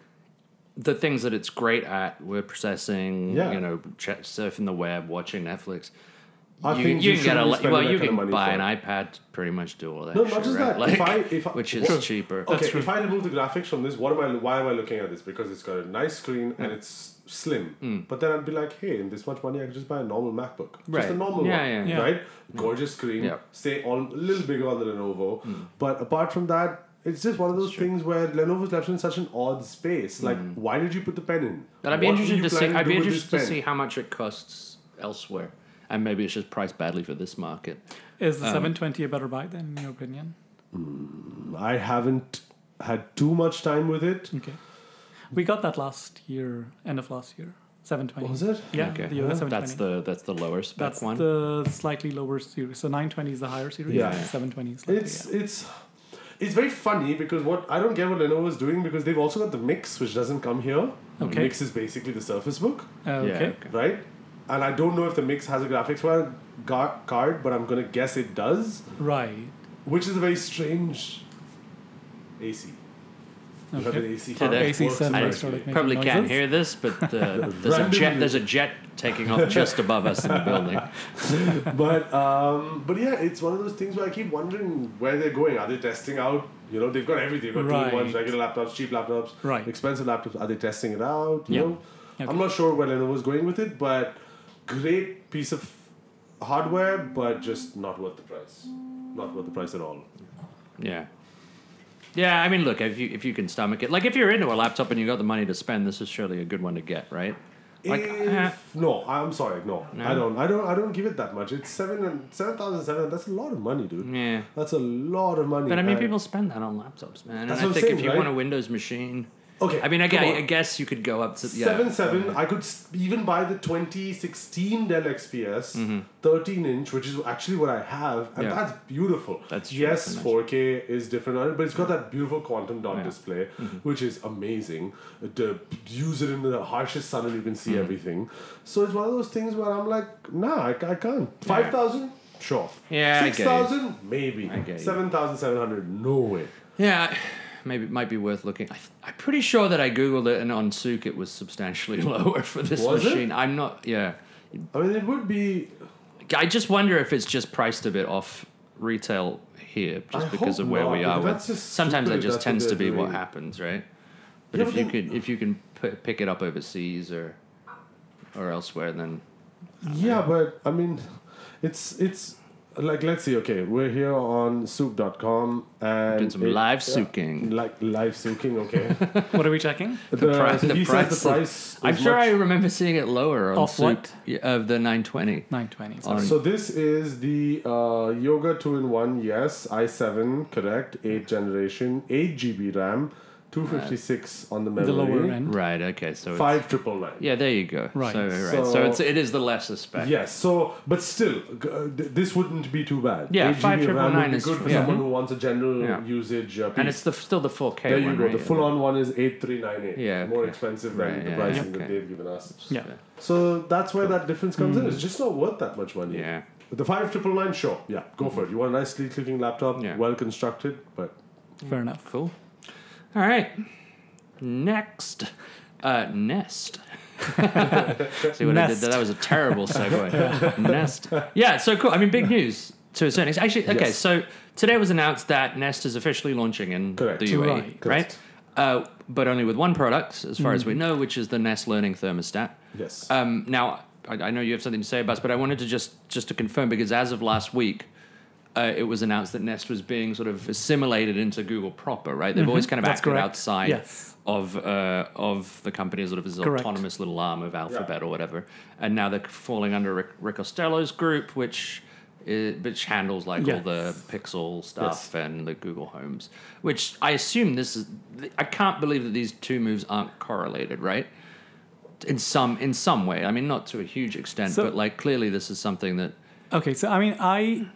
[SPEAKER 1] the things that it's great at word processing,
[SPEAKER 3] Yeah.
[SPEAKER 1] you know, ch- surfing the web, watching Netflix.
[SPEAKER 3] I
[SPEAKER 1] you,
[SPEAKER 3] think
[SPEAKER 1] you
[SPEAKER 3] you
[SPEAKER 1] can get a
[SPEAKER 3] shouldn't be
[SPEAKER 1] li-
[SPEAKER 3] spending
[SPEAKER 1] well,
[SPEAKER 3] that
[SPEAKER 1] you
[SPEAKER 3] kind of
[SPEAKER 1] can
[SPEAKER 3] money
[SPEAKER 1] buy an
[SPEAKER 3] for it.
[SPEAKER 1] iPad to pretty much do all that.
[SPEAKER 3] No,
[SPEAKER 1] shit,
[SPEAKER 3] not just
[SPEAKER 1] right?
[SPEAKER 3] that.
[SPEAKER 1] Like,
[SPEAKER 3] if I, if I,
[SPEAKER 1] which is
[SPEAKER 3] Sure.
[SPEAKER 1] cheaper.
[SPEAKER 3] Okay,
[SPEAKER 2] true.
[SPEAKER 3] if I remove the graphics from this, what am I? Why am I looking at this? Because it's got a nice screen and it's slim.
[SPEAKER 1] Hmm.
[SPEAKER 3] But then I'd be like, hey, in this much money, I could just buy a normal MacBook, just a
[SPEAKER 1] Right.
[SPEAKER 3] normal
[SPEAKER 1] Yeah,
[SPEAKER 3] one,
[SPEAKER 1] yeah, Hmm.
[SPEAKER 2] yeah.
[SPEAKER 3] right? Gorgeous screen,
[SPEAKER 1] Yeah. Hmm.
[SPEAKER 3] say on a little bigger on the Lenovo. But apart from that, it's just one of those things where Lenovo's left in such an odd space. Like, why did you put the pen in?
[SPEAKER 1] Hmm. But I'd be
[SPEAKER 3] What were
[SPEAKER 1] interested
[SPEAKER 3] you
[SPEAKER 1] to see.
[SPEAKER 3] planning
[SPEAKER 1] I'd
[SPEAKER 3] do
[SPEAKER 1] be
[SPEAKER 3] with
[SPEAKER 1] interested
[SPEAKER 3] this
[SPEAKER 1] to see
[SPEAKER 3] pen?
[SPEAKER 1] how much it costs elsewhere, and maybe it's just priced badly for this market.
[SPEAKER 2] Is
[SPEAKER 1] Um,
[SPEAKER 2] the 720 a better buy then, in your opinion?
[SPEAKER 3] I haven't had too much time with it.
[SPEAKER 2] Okay. We got that last year, end of last year. 720.
[SPEAKER 3] Was it?
[SPEAKER 2] Yeah,
[SPEAKER 1] okay,
[SPEAKER 2] the US 720.
[SPEAKER 1] that's the that's the lower spec
[SPEAKER 2] That's
[SPEAKER 1] one.
[SPEAKER 2] the slightly lower series. So 920 is the higher series.
[SPEAKER 3] Yeah.
[SPEAKER 2] and 720 is slightly,
[SPEAKER 3] It's
[SPEAKER 2] yeah.
[SPEAKER 3] it's it's very funny because what I don't get what Lenovo is doing because they've also got the Mix, which doesn't come here.
[SPEAKER 2] Okay.
[SPEAKER 3] Mix is basically the Surface Book,
[SPEAKER 2] Uh,
[SPEAKER 1] yeah,
[SPEAKER 2] okay.
[SPEAKER 1] okay.
[SPEAKER 3] right? And I don't know if the Mix has a graphics card- gar- card, but I'm gonna guess it does,
[SPEAKER 2] Right.
[SPEAKER 3] which is a very strange AC. You have an
[SPEAKER 2] Okay.
[SPEAKER 3] AC
[SPEAKER 1] Yeah,
[SPEAKER 3] card.
[SPEAKER 1] that-
[SPEAKER 3] that
[SPEAKER 1] AC
[SPEAKER 3] works in
[SPEAKER 2] sounds
[SPEAKER 3] my
[SPEAKER 2] like sort of
[SPEAKER 3] space.
[SPEAKER 2] Making
[SPEAKER 1] Probably can't
[SPEAKER 2] noises?
[SPEAKER 1] hear this, but
[SPEAKER 2] (laughs)
[SPEAKER 1] uh, there's a jet.
[SPEAKER 3] Randomly.
[SPEAKER 1] There's a jet taking off just above us in the building.
[SPEAKER 3] but um, but yeah, it's one of those things where I keep wondering where they're going. Are they testing out? You know, they've got everything. They've got
[SPEAKER 2] Right.
[SPEAKER 3] two ones, regular laptops, cheap laptops,
[SPEAKER 2] Right.
[SPEAKER 3] expensive laptops. Are they testing it out? You
[SPEAKER 1] Yeah.
[SPEAKER 3] know,
[SPEAKER 2] Okay.
[SPEAKER 3] I'm not sure where Lenovo's going with it, but great piece of hardware, but just not worth the price. Not worth the price at all.
[SPEAKER 1] Yeah. Yeah, I mean, look, if you if you can stomach it, like if you're into a laptop and you got the money to spend, this is surely a good one to get, right? Like,
[SPEAKER 3] If-
[SPEAKER 1] eh,
[SPEAKER 3] no, I'm sorry, no,
[SPEAKER 1] No?
[SPEAKER 3] I don't, I don't, I don't give it that much. It's seven and seven thousand seven. That's a lot of money, dude.
[SPEAKER 1] yeah.
[SPEAKER 3] That's a lot of money.
[SPEAKER 1] But I mean,
[SPEAKER 3] and-
[SPEAKER 1] people spend that on laptops, man. And I think
[SPEAKER 3] That's what I'm
[SPEAKER 1] if
[SPEAKER 3] saying,
[SPEAKER 1] you
[SPEAKER 3] right?
[SPEAKER 1] want a Windows machine,
[SPEAKER 3] Okay,
[SPEAKER 1] I mean, I, gue-
[SPEAKER 3] come on.
[SPEAKER 1] I guess you could go up to yeah.
[SPEAKER 3] Seven seven. I could s- even buy the 2016 Dell XPS 13 inch, which is actually what I have, and
[SPEAKER 1] Mm-hmm. Yeah.
[SPEAKER 3] that's beautiful.
[SPEAKER 1] That's true,
[SPEAKER 3] yes,
[SPEAKER 1] that's nice.
[SPEAKER 3] 4K is different, on it, but it's got that beautiful quantum dot
[SPEAKER 1] Yeah. Mm-hmm.
[SPEAKER 3] display, which is amazing. To use it in the harshest sun, and you can see
[SPEAKER 1] Mm-hmm.
[SPEAKER 3] everything. So it's one of those things where I'm like, nah, I, ca- I can't. Five thousand. Sure.
[SPEAKER 1] Yeah, I get it.
[SPEAKER 3] Six thousand, maybe.
[SPEAKER 1] I get it.
[SPEAKER 3] Seven thousand seven hundred. No way.
[SPEAKER 1] Yeah, maybe it might be worth looking. I, I'm pretty sure that I googled it, and on Souk it was substantially (laughs) lower for this
[SPEAKER 3] Was it?
[SPEAKER 1] machine. I'm not. Yeah,
[SPEAKER 3] I mean, it would be.
[SPEAKER 1] I just wonder if it's just priced a bit off retail here, just
[SPEAKER 3] I
[SPEAKER 1] because
[SPEAKER 3] hope
[SPEAKER 1] of where
[SPEAKER 3] not,
[SPEAKER 1] we are.
[SPEAKER 3] because
[SPEAKER 1] With
[SPEAKER 3] that's just
[SPEAKER 1] sometimes that
[SPEAKER 3] stupid if
[SPEAKER 1] just
[SPEAKER 3] that's what
[SPEAKER 1] tends to
[SPEAKER 3] they're
[SPEAKER 1] be what
[SPEAKER 3] doing.
[SPEAKER 1] happens, right? But
[SPEAKER 3] Yeah,
[SPEAKER 1] if
[SPEAKER 3] but
[SPEAKER 1] you
[SPEAKER 3] then-
[SPEAKER 1] could, if you can p- pick it up overseas or or elsewhere, then
[SPEAKER 3] Yeah, but I mean, it's it's like let's see. Okay, we're here on soup.com and
[SPEAKER 1] did some
[SPEAKER 3] it-
[SPEAKER 1] live
[SPEAKER 3] yeah,
[SPEAKER 1] Souking.
[SPEAKER 3] like live souking. Okay,
[SPEAKER 2] What are we checking?
[SPEAKER 3] the,
[SPEAKER 1] pri- (laughs)
[SPEAKER 3] so
[SPEAKER 1] the
[SPEAKER 3] he says
[SPEAKER 1] price
[SPEAKER 3] the
[SPEAKER 1] of-
[SPEAKER 3] price.
[SPEAKER 1] I'm
[SPEAKER 3] is
[SPEAKER 1] sure I
[SPEAKER 3] much-
[SPEAKER 1] remember seeing it lower on
[SPEAKER 2] Off
[SPEAKER 1] Souk
[SPEAKER 2] what?
[SPEAKER 1] Yeah, of the 920.
[SPEAKER 2] 920.
[SPEAKER 1] On-
[SPEAKER 3] So this is the uh, Yoga two in one. Yes, i seven correct. Eight generation, eight GB RAM, two fifty six on the memory.
[SPEAKER 2] the lower end.
[SPEAKER 1] right. Okay. So it's-
[SPEAKER 3] Five triple nine.
[SPEAKER 1] Yeah, there you go.
[SPEAKER 2] Right.
[SPEAKER 1] So, right.
[SPEAKER 3] So-
[SPEAKER 1] so it's it is the lesser spec.
[SPEAKER 3] Yes. So, but still, g- uh, th- this wouldn't be too bad.
[SPEAKER 1] Yeah,
[SPEAKER 3] 8 GB
[SPEAKER 1] 599
[SPEAKER 3] would be
[SPEAKER 1] is-
[SPEAKER 3] good for
[SPEAKER 1] yeah.
[SPEAKER 3] someone who wants a general
[SPEAKER 1] Yeah.
[SPEAKER 3] usage. Uh,
[SPEAKER 1] And
[SPEAKER 3] PC.
[SPEAKER 1] it's the still the 4K
[SPEAKER 3] There you
[SPEAKER 1] one.
[SPEAKER 3] go.
[SPEAKER 1] Right?
[SPEAKER 3] The full-on one is eight three nine eight.
[SPEAKER 1] Yeah,
[SPEAKER 3] more
[SPEAKER 1] okay.
[SPEAKER 3] expensive
[SPEAKER 1] Right,
[SPEAKER 3] than the
[SPEAKER 1] yeah,
[SPEAKER 3] pricing
[SPEAKER 1] yeah.
[SPEAKER 3] that they've given us.
[SPEAKER 2] Yeah.
[SPEAKER 3] So that's where that difference comes in. It's just not worth that much money.
[SPEAKER 1] Hmm. Yeah.
[SPEAKER 3] The five triple nine, sure. Yeah, go for it. You want a nice, sleek-looking laptop,
[SPEAKER 1] Yeah.
[SPEAKER 3] well constructed, but
[SPEAKER 2] Fair enough.
[SPEAKER 1] Cool. All right. Next. Uh, Nest. (laughs) See what I did
[SPEAKER 2] Nest.
[SPEAKER 1] there? That was a terrible
[SPEAKER 3] (laughs)
[SPEAKER 1] segue. Nest. Yeah, so cool. I mean, big news to a certain extent. Actually, okay,
[SPEAKER 3] Yes.
[SPEAKER 1] so today was announced that Nest is officially launching in
[SPEAKER 3] Correct.
[SPEAKER 1] the UAE,
[SPEAKER 2] Right.
[SPEAKER 1] right?
[SPEAKER 3] Correct. Mm-hmm.
[SPEAKER 1] Uh, but only with one product, as far as we know, which is the Nest Learning Thermostat.
[SPEAKER 3] yes.
[SPEAKER 1] Um, now, I, I know you have something to say, Buzz, but I wanted to just just to confirm because as of last week, uh, it was announced that Nest was being sort of assimilated into Google proper, right? They've always kind of
[SPEAKER 2] Mm-hmm. That's
[SPEAKER 1] acted
[SPEAKER 2] correct.
[SPEAKER 1] outside
[SPEAKER 2] Yes.
[SPEAKER 1] of uh, of the company as sort of this
[SPEAKER 2] Correct.
[SPEAKER 1] autonomous little arm of Alphabet or whatever, and now they're falling under Rick, Rick Costello's group, which. i which handles like all the
[SPEAKER 2] Yes.
[SPEAKER 1] Pixel stuff and the Google Homes, which I assume this is. I can't believe that these two moves aren't correlated, right? in some in some way. I mean, not to a huge extent,
[SPEAKER 2] So-
[SPEAKER 1] but like clearly this is something that
[SPEAKER 2] Okay, so I mean, I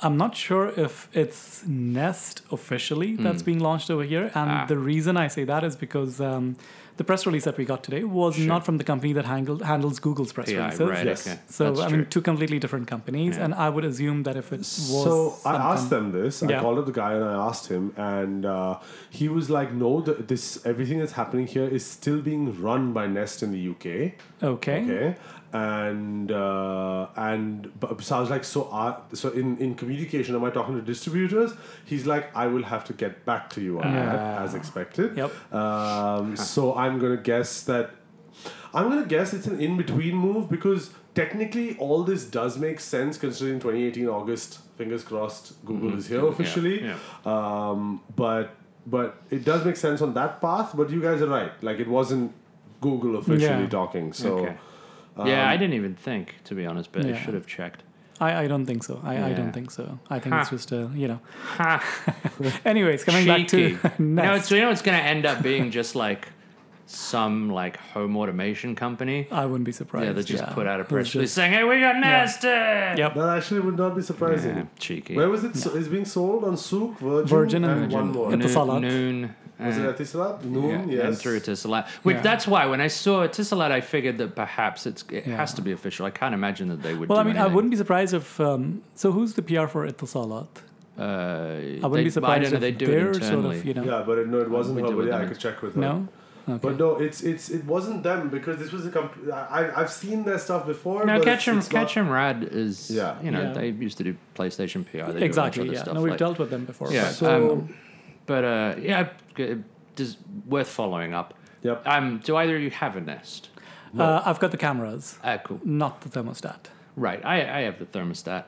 [SPEAKER 2] I'm not sure if it's Nest officially that's being launched over here, and
[SPEAKER 1] Hmm. Ah.
[SPEAKER 2] the reason I say that is because um, the press release that we got today was
[SPEAKER 1] Sure.
[SPEAKER 2] not from the company that handled, handles Google's press
[SPEAKER 1] yeah,
[SPEAKER 2] releases.
[SPEAKER 1] right?
[SPEAKER 3] Yes.
[SPEAKER 1] Okay,
[SPEAKER 2] So
[SPEAKER 1] That's
[SPEAKER 2] I
[SPEAKER 1] true.
[SPEAKER 2] mean, two completely different companies,
[SPEAKER 1] Yeah.
[SPEAKER 2] and I would assume that if it was
[SPEAKER 3] So I
[SPEAKER 2] something-
[SPEAKER 3] asked them this. I
[SPEAKER 2] Yeah.
[SPEAKER 3] called up the guy and I asked him, and uh, he was like, "No, the, this everything that's happening here is still being run by Nest in the UK."
[SPEAKER 2] okay,
[SPEAKER 3] Okay. And uh, and but, so I was like, so are, so in in communication, am I talking to distributors? He's like, I will have to get back to you on that as expected.
[SPEAKER 2] Yep.
[SPEAKER 3] Um, so I'm gonna guess that I'm gonna guess it's an in between move because technically all this does make sense considering 2018 August. Fingers crossed, Google is here officially.
[SPEAKER 1] Mm-hmm. yeah.
[SPEAKER 3] Um, but but it does make sense on that path. But you guys are right. Like it wasn't Google officially
[SPEAKER 2] Yeah.
[SPEAKER 3] talking. So um,
[SPEAKER 1] Okay. yeah, I didn't even think to be honest, but I
[SPEAKER 2] Yeah.
[SPEAKER 1] should have checked.
[SPEAKER 2] I, I don't think so. I, I
[SPEAKER 1] Yeah.
[SPEAKER 2] don't think so. I think
[SPEAKER 1] Ha.
[SPEAKER 2] it's just a you know.
[SPEAKER 1] Ha,
[SPEAKER 2] Anyways, coming (laughs)
[SPEAKER 1] cheeky.
[SPEAKER 2] back to
[SPEAKER 1] No,
[SPEAKER 2] Nest,
[SPEAKER 1] it's you know it's going to end up being just like some like home automation company.
[SPEAKER 2] I wouldn't be surprised.
[SPEAKER 1] Yeah, they just
[SPEAKER 2] Oh, yeah.
[SPEAKER 1] put out a
[SPEAKER 2] It's
[SPEAKER 1] press
[SPEAKER 2] just-
[SPEAKER 1] release saying, "Hey, we got Nest." uh!"
[SPEAKER 2] Yep.
[SPEAKER 3] that actually would not be surprising.
[SPEAKER 1] Yeah, cheeky.
[SPEAKER 3] Where was it? so- It's being sold on Souk, Virgin,
[SPEAKER 2] Virgin and
[SPEAKER 3] and
[SPEAKER 2] Virgin.
[SPEAKER 3] one more.
[SPEAKER 2] At the
[SPEAKER 1] Noo-
[SPEAKER 2] salad.
[SPEAKER 1] Noon.
[SPEAKER 3] Was
[SPEAKER 1] uh,
[SPEAKER 3] it at Etisalat? Noon,
[SPEAKER 1] yeah, and
[SPEAKER 3] yes.
[SPEAKER 1] through Etisalat. Which
[SPEAKER 2] Yeah.
[SPEAKER 1] that's why when I saw Etisalat, I figured that perhaps it's, it
[SPEAKER 2] Yeah.
[SPEAKER 1] has to be official. I can't imagine that they would.
[SPEAKER 2] Well,
[SPEAKER 1] do
[SPEAKER 2] I mean, I
[SPEAKER 1] anything.
[SPEAKER 2] wouldn't be surprised if. Um, so, who's the PR for Ittisalat?
[SPEAKER 1] Uh,
[SPEAKER 2] I wouldn't
[SPEAKER 1] they-
[SPEAKER 2] be surprised
[SPEAKER 1] I don't know,
[SPEAKER 2] if
[SPEAKER 1] they do it
[SPEAKER 2] they're
[SPEAKER 1] internally.
[SPEAKER 2] sort of, you know,
[SPEAKER 3] Yeah, but it, no, it wasn't
[SPEAKER 1] We
[SPEAKER 3] her.
[SPEAKER 1] did
[SPEAKER 3] But
[SPEAKER 1] with
[SPEAKER 3] yeah, I
[SPEAKER 1] them.
[SPEAKER 3] could check with her.
[SPEAKER 2] no. Okay.
[SPEAKER 3] But no, it's it's it wasn't them because this was a company. I I've seen their stuff before.
[SPEAKER 1] no,
[SPEAKER 3] but
[SPEAKER 1] Catch 'em,
[SPEAKER 3] it's not-
[SPEAKER 1] Catch 'em Rad is
[SPEAKER 3] Yeah.
[SPEAKER 1] you know
[SPEAKER 2] Yeah.
[SPEAKER 1] they used to do PlayStation PR. They do
[SPEAKER 2] exactly.
[SPEAKER 1] a bunch of other
[SPEAKER 2] Yeah.
[SPEAKER 1] stuff
[SPEAKER 2] no, we've
[SPEAKER 1] like-
[SPEAKER 2] dealt with them before.
[SPEAKER 1] Yeah,
[SPEAKER 2] but-
[SPEAKER 3] So
[SPEAKER 2] Um,
[SPEAKER 1] but uh, yeah, g- just worth following up.
[SPEAKER 3] yep.
[SPEAKER 1] Um, do either of you have a Nest?
[SPEAKER 2] uh, I've got the cameras,
[SPEAKER 1] Ah, cool.
[SPEAKER 2] not the thermostat.
[SPEAKER 1] Right, I, I have the thermostat.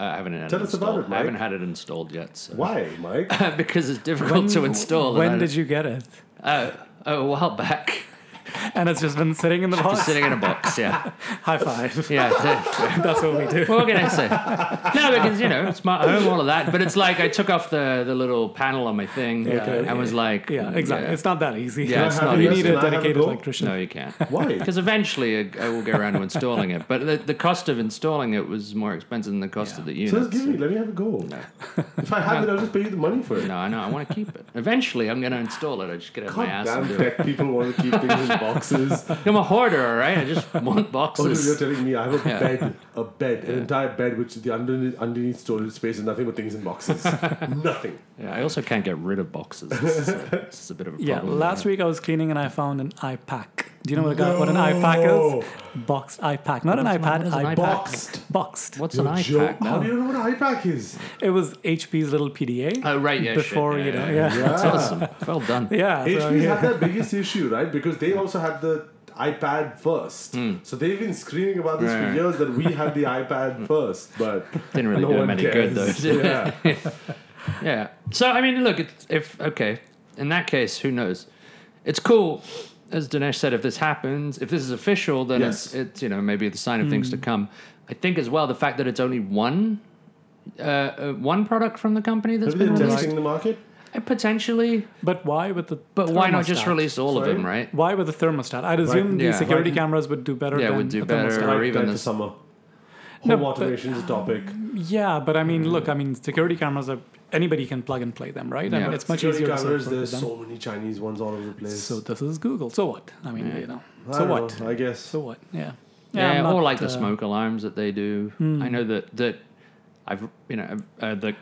[SPEAKER 1] Uh, I haven't had it
[SPEAKER 3] Tell us about
[SPEAKER 1] installed.
[SPEAKER 3] it,
[SPEAKER 1] I haven't
[SPEAKER 3] Mike.
[SPEAKER 1] had it installed yet. So. (laughs)
[SPEAKER 3] Why,
[SPEAKER 2] (laughs)
[SPEAKER 3] Mike?
[SPEAKER 1] because it's difficult to install. and I
[SPEAKER 2] When
[SPEAKER 1] don't-
[SPEAKER 2] did you get it?
[SPEAKER 1] Uh, a while back.
[SPEAKER 2] and it's just been sitting in
[SPEAKER 1] (laughs)
[SPEAKER 2] the
[SPEAKER 1] Just
[SPEAKER 2] box.
[SPEAKER 1] sitting in a box,
[SPEAKER 3] (laughs)
[SPEAKER 1] yeah.
[SPEAKER 2] High
[SPEAKER 1] (laughs)
[SPEAKER 2] five.
[SPEAKER 1] Yeah. that's it.
[SPEAKER 2] (laughs) That's what we
[SPEAKER 1] (laughs)
[SPEAKER 2] do.
[SPEAKER 1] What can I say? No, because you know, smart home, all of that. But it's like I took off the, the little panel on my thing uh,
[SPEAKER 2] Okay.
[SPEAKER 1] and was like,
[SPEAKER 2] Yeah, exactly. It's not that easy.
[SPEAKER 1] Yeah, it's
[SPEAKER 2] (laughs)
[SPEAKER 3] Can
[SPEAKER 1] not
[SPEAKER 3] I have
[SPEAKER 2] you
[SPEAKER 1] easy.
[SPEAKER 3] this?
[SPEAKER 2] need
[SPEAKER 3] Can
[SPEAKER 2] a
[SPEAKER 3] I have a
[SPEAKER 2] dedicated
[SPEAKER 3] go?
[SPEAKER 2] electrician.
[SPEAKER 1] No, you can't.
[SPEAKER 3] (laughs) Why?
[SPEAKER 1] Because eventually uh, I I will go around to installing it, but the, the cost of installing it was more expensive than the cost of the
[SPEAKER 3] So
[SPEAKER 1] unit.
[SPEAKER 3] just give me. Let me have a go. If I have it, I'll just pay you the money for it.
[SPEAKER 1] No, I know. I want to keep it. Eventually, I'm going to install it. I just get out of my
[SPEAKER 3] God
[SPEAKER 1] ass and
[SPEAKER 3] damn
[SPEAKER 1] do it.
[SPEAKER 3] tech people want to keep
[SPEAKER 1] (laughs)
[SPEAKER 3] things in boxes.
[SPEAKER 1] I'm a hoarder, all right? I
[SPEAKER 3] (laughs)
[SPEAKER 1] just want
[SPEAKER 3] Oh, dude, you're
[SPEAKER 1] boxes.
[SPEAKER 3] telling me I have a
[SPEAKER 1] Yeah.
[SPEAKER 3] bed, a bed, an entire bed, which the underneath, underneath storage space is nothing but things in
[SPEAKER 2] (laughs)
[SPEAKER 3] boxes. nothing.
[SPEAKER 1] Yeah, I also can't get rid of boxes. This
[SPEAKER 3] (laughs)
[SPEAKER 1] is a, this is a bit of a
[SPEAKER 2] Yeah,
[SPEAKER 1] problem.
[SPEAKER 2] last week I was cleaning and I found an iPack. Do you know what, I got, what an iPack
[SPEAKER 3] No.
[SPEAKER 2] is? Boxed iPack. Not an
[SPEAKER 1] What's my-
[SPEAKER 2] iPad,
[SPEAKER 1] what is an
[SPEAKER 2] iPack.
[SPEAKER 1] iPack?
[SPEAKER 2] Boxed. Boxed.
[SPEAKER 1] What's
[SPEAKER 3] You're
[SPEAKER 1] an
[SPEAKER 3] joke-
[SPEAKER 1] iPack?
[SPEAKER 3] How do you know what an iPack is? (laughs)
[SPEAKER 2] It was HP's little PDA.
[SPEAKER 1] Oh, right, yeah, shit,
[SPEAKER 2] Before,
[SPEAKER 1] yeah,
[SPEAKER 2] you know,
[SPEAKER 1] yeah,
[SPEAKER 2] yeah. Yeah.
[SPEAKER 1] That's awesome. Well done.
[SPEAKER 2] so,
[SPEAKER 3] HP's
[SPEAKER 2] yeah.
[SPEAKER 3] had their biggest issue, right? Because they also had the iPad first.
[SPEAKER 2] Hmm.
[SPEAKER 3] So they've been screaming about this for
[SPEAKER 1] Right.
[SPEAKER 3] years that we had
[SPEAKER 2] (laughs)
[SPEAKER 3] the iPad first, but
[SPEAKER 1] Didn't really
[SPEAKER 3] (laughs) no
[SPEAKER 1] do
[SPEAKER 3] one
[SPEAKER 1] them any
[SPEAKER 3] cares.
[SPEAKER 1] good, though.
[SPEAKER 3] (laughs) yeah.
[SPEAKER 1] Yeah. So I mean, look, it's, if okay, in that case, who knows? It's cool, as Dinesh said. If this happens, if this is official, then
[SPEAKER 3] Yes.
[SPEAKER 1] it's it's you know maybe the sign of things to come. I think as well the fact that it's only one. Uh, uh, one product from the company that's
[SPEAKER 3] Maybe
[SPEAKER 1] been
[SPEAKER 3] they're
[SPEAKER 1] released,
[SPEAKER 3] testing the market.
[SPEAKER 1] Uh, potentially.
[SPEAKER 2] But why with the.
[SPEAKER 1] But why not just
[SPEAKER 2] thermostat?
[SPEAKER 1] release all
[SPEAKER 3] Sorry?
[SPEAKER 1] of them, right?
[SPEAKER 2] Why with the thermostat? I'd assume the
[SPEAKER 1] Yeah.
[SPEAKER 2] security
[SPEAKER 3] Right.
[SPEAKER 2] cameras would do better
[SPEAKER 1] Yeah,
[SPEAKER 2] than
[SPEAKER 1] would do
[SPEAKER 2] a
[SPEAKER 1] better.
[SPEAKER 2] thermostat.
[SPEAKER 1] Or
[SPEAKER 3] Right,
[SPEAKER 1] even
[SPEAKER 3] right for
[SPEAKER 1] this-
[SPEAKER 3] summer.
[SPEAKER 2] No,
[SPEAKER 3] Home
[SPEAKER 2] but-
[SPEAKER 3] automation is a topic.
[SPEAKER 2] Yeah, but I mean,
[SPEAKER 3] Mm-hmm.
[SPEAKER 2] look, I mean, security cameras are. Anybody can plug and play them, right? I
[SPEAKER 1] Yeah.
[SPEAKER 2] mean, it's much
[SPEAKER 3] Security
[SPEAKER 2] easier to
[SPEAKER 3] cameras,
[SPEAKER 2] self-work
[SPEAKER 3] there's
[SPEAKER 2] with them.
[SPEAKER 3] so many Chinese ones all over the place.
[SPEAKER 2] So this is Google. So what? I mean, you know.
[SPEAKER 3] I
[SPEAKER 2] So
[SPEAKER 3] don't
[SPEAKER 2] what?
[SPEAKER 3] know, I guess.
[SPEAKER 2] So what? Yeah.
[SPEAKER 1] Yeah,
[SPEAKER 2] I'm
[SPEAKER 1] or
[SPEAKER 2] not,
[SPEAKER 1] like
[SPEAKER 2] uh, Hmm.
[SPEAKER 1] the smoke alarms that they do. I know that that I've you know uh, the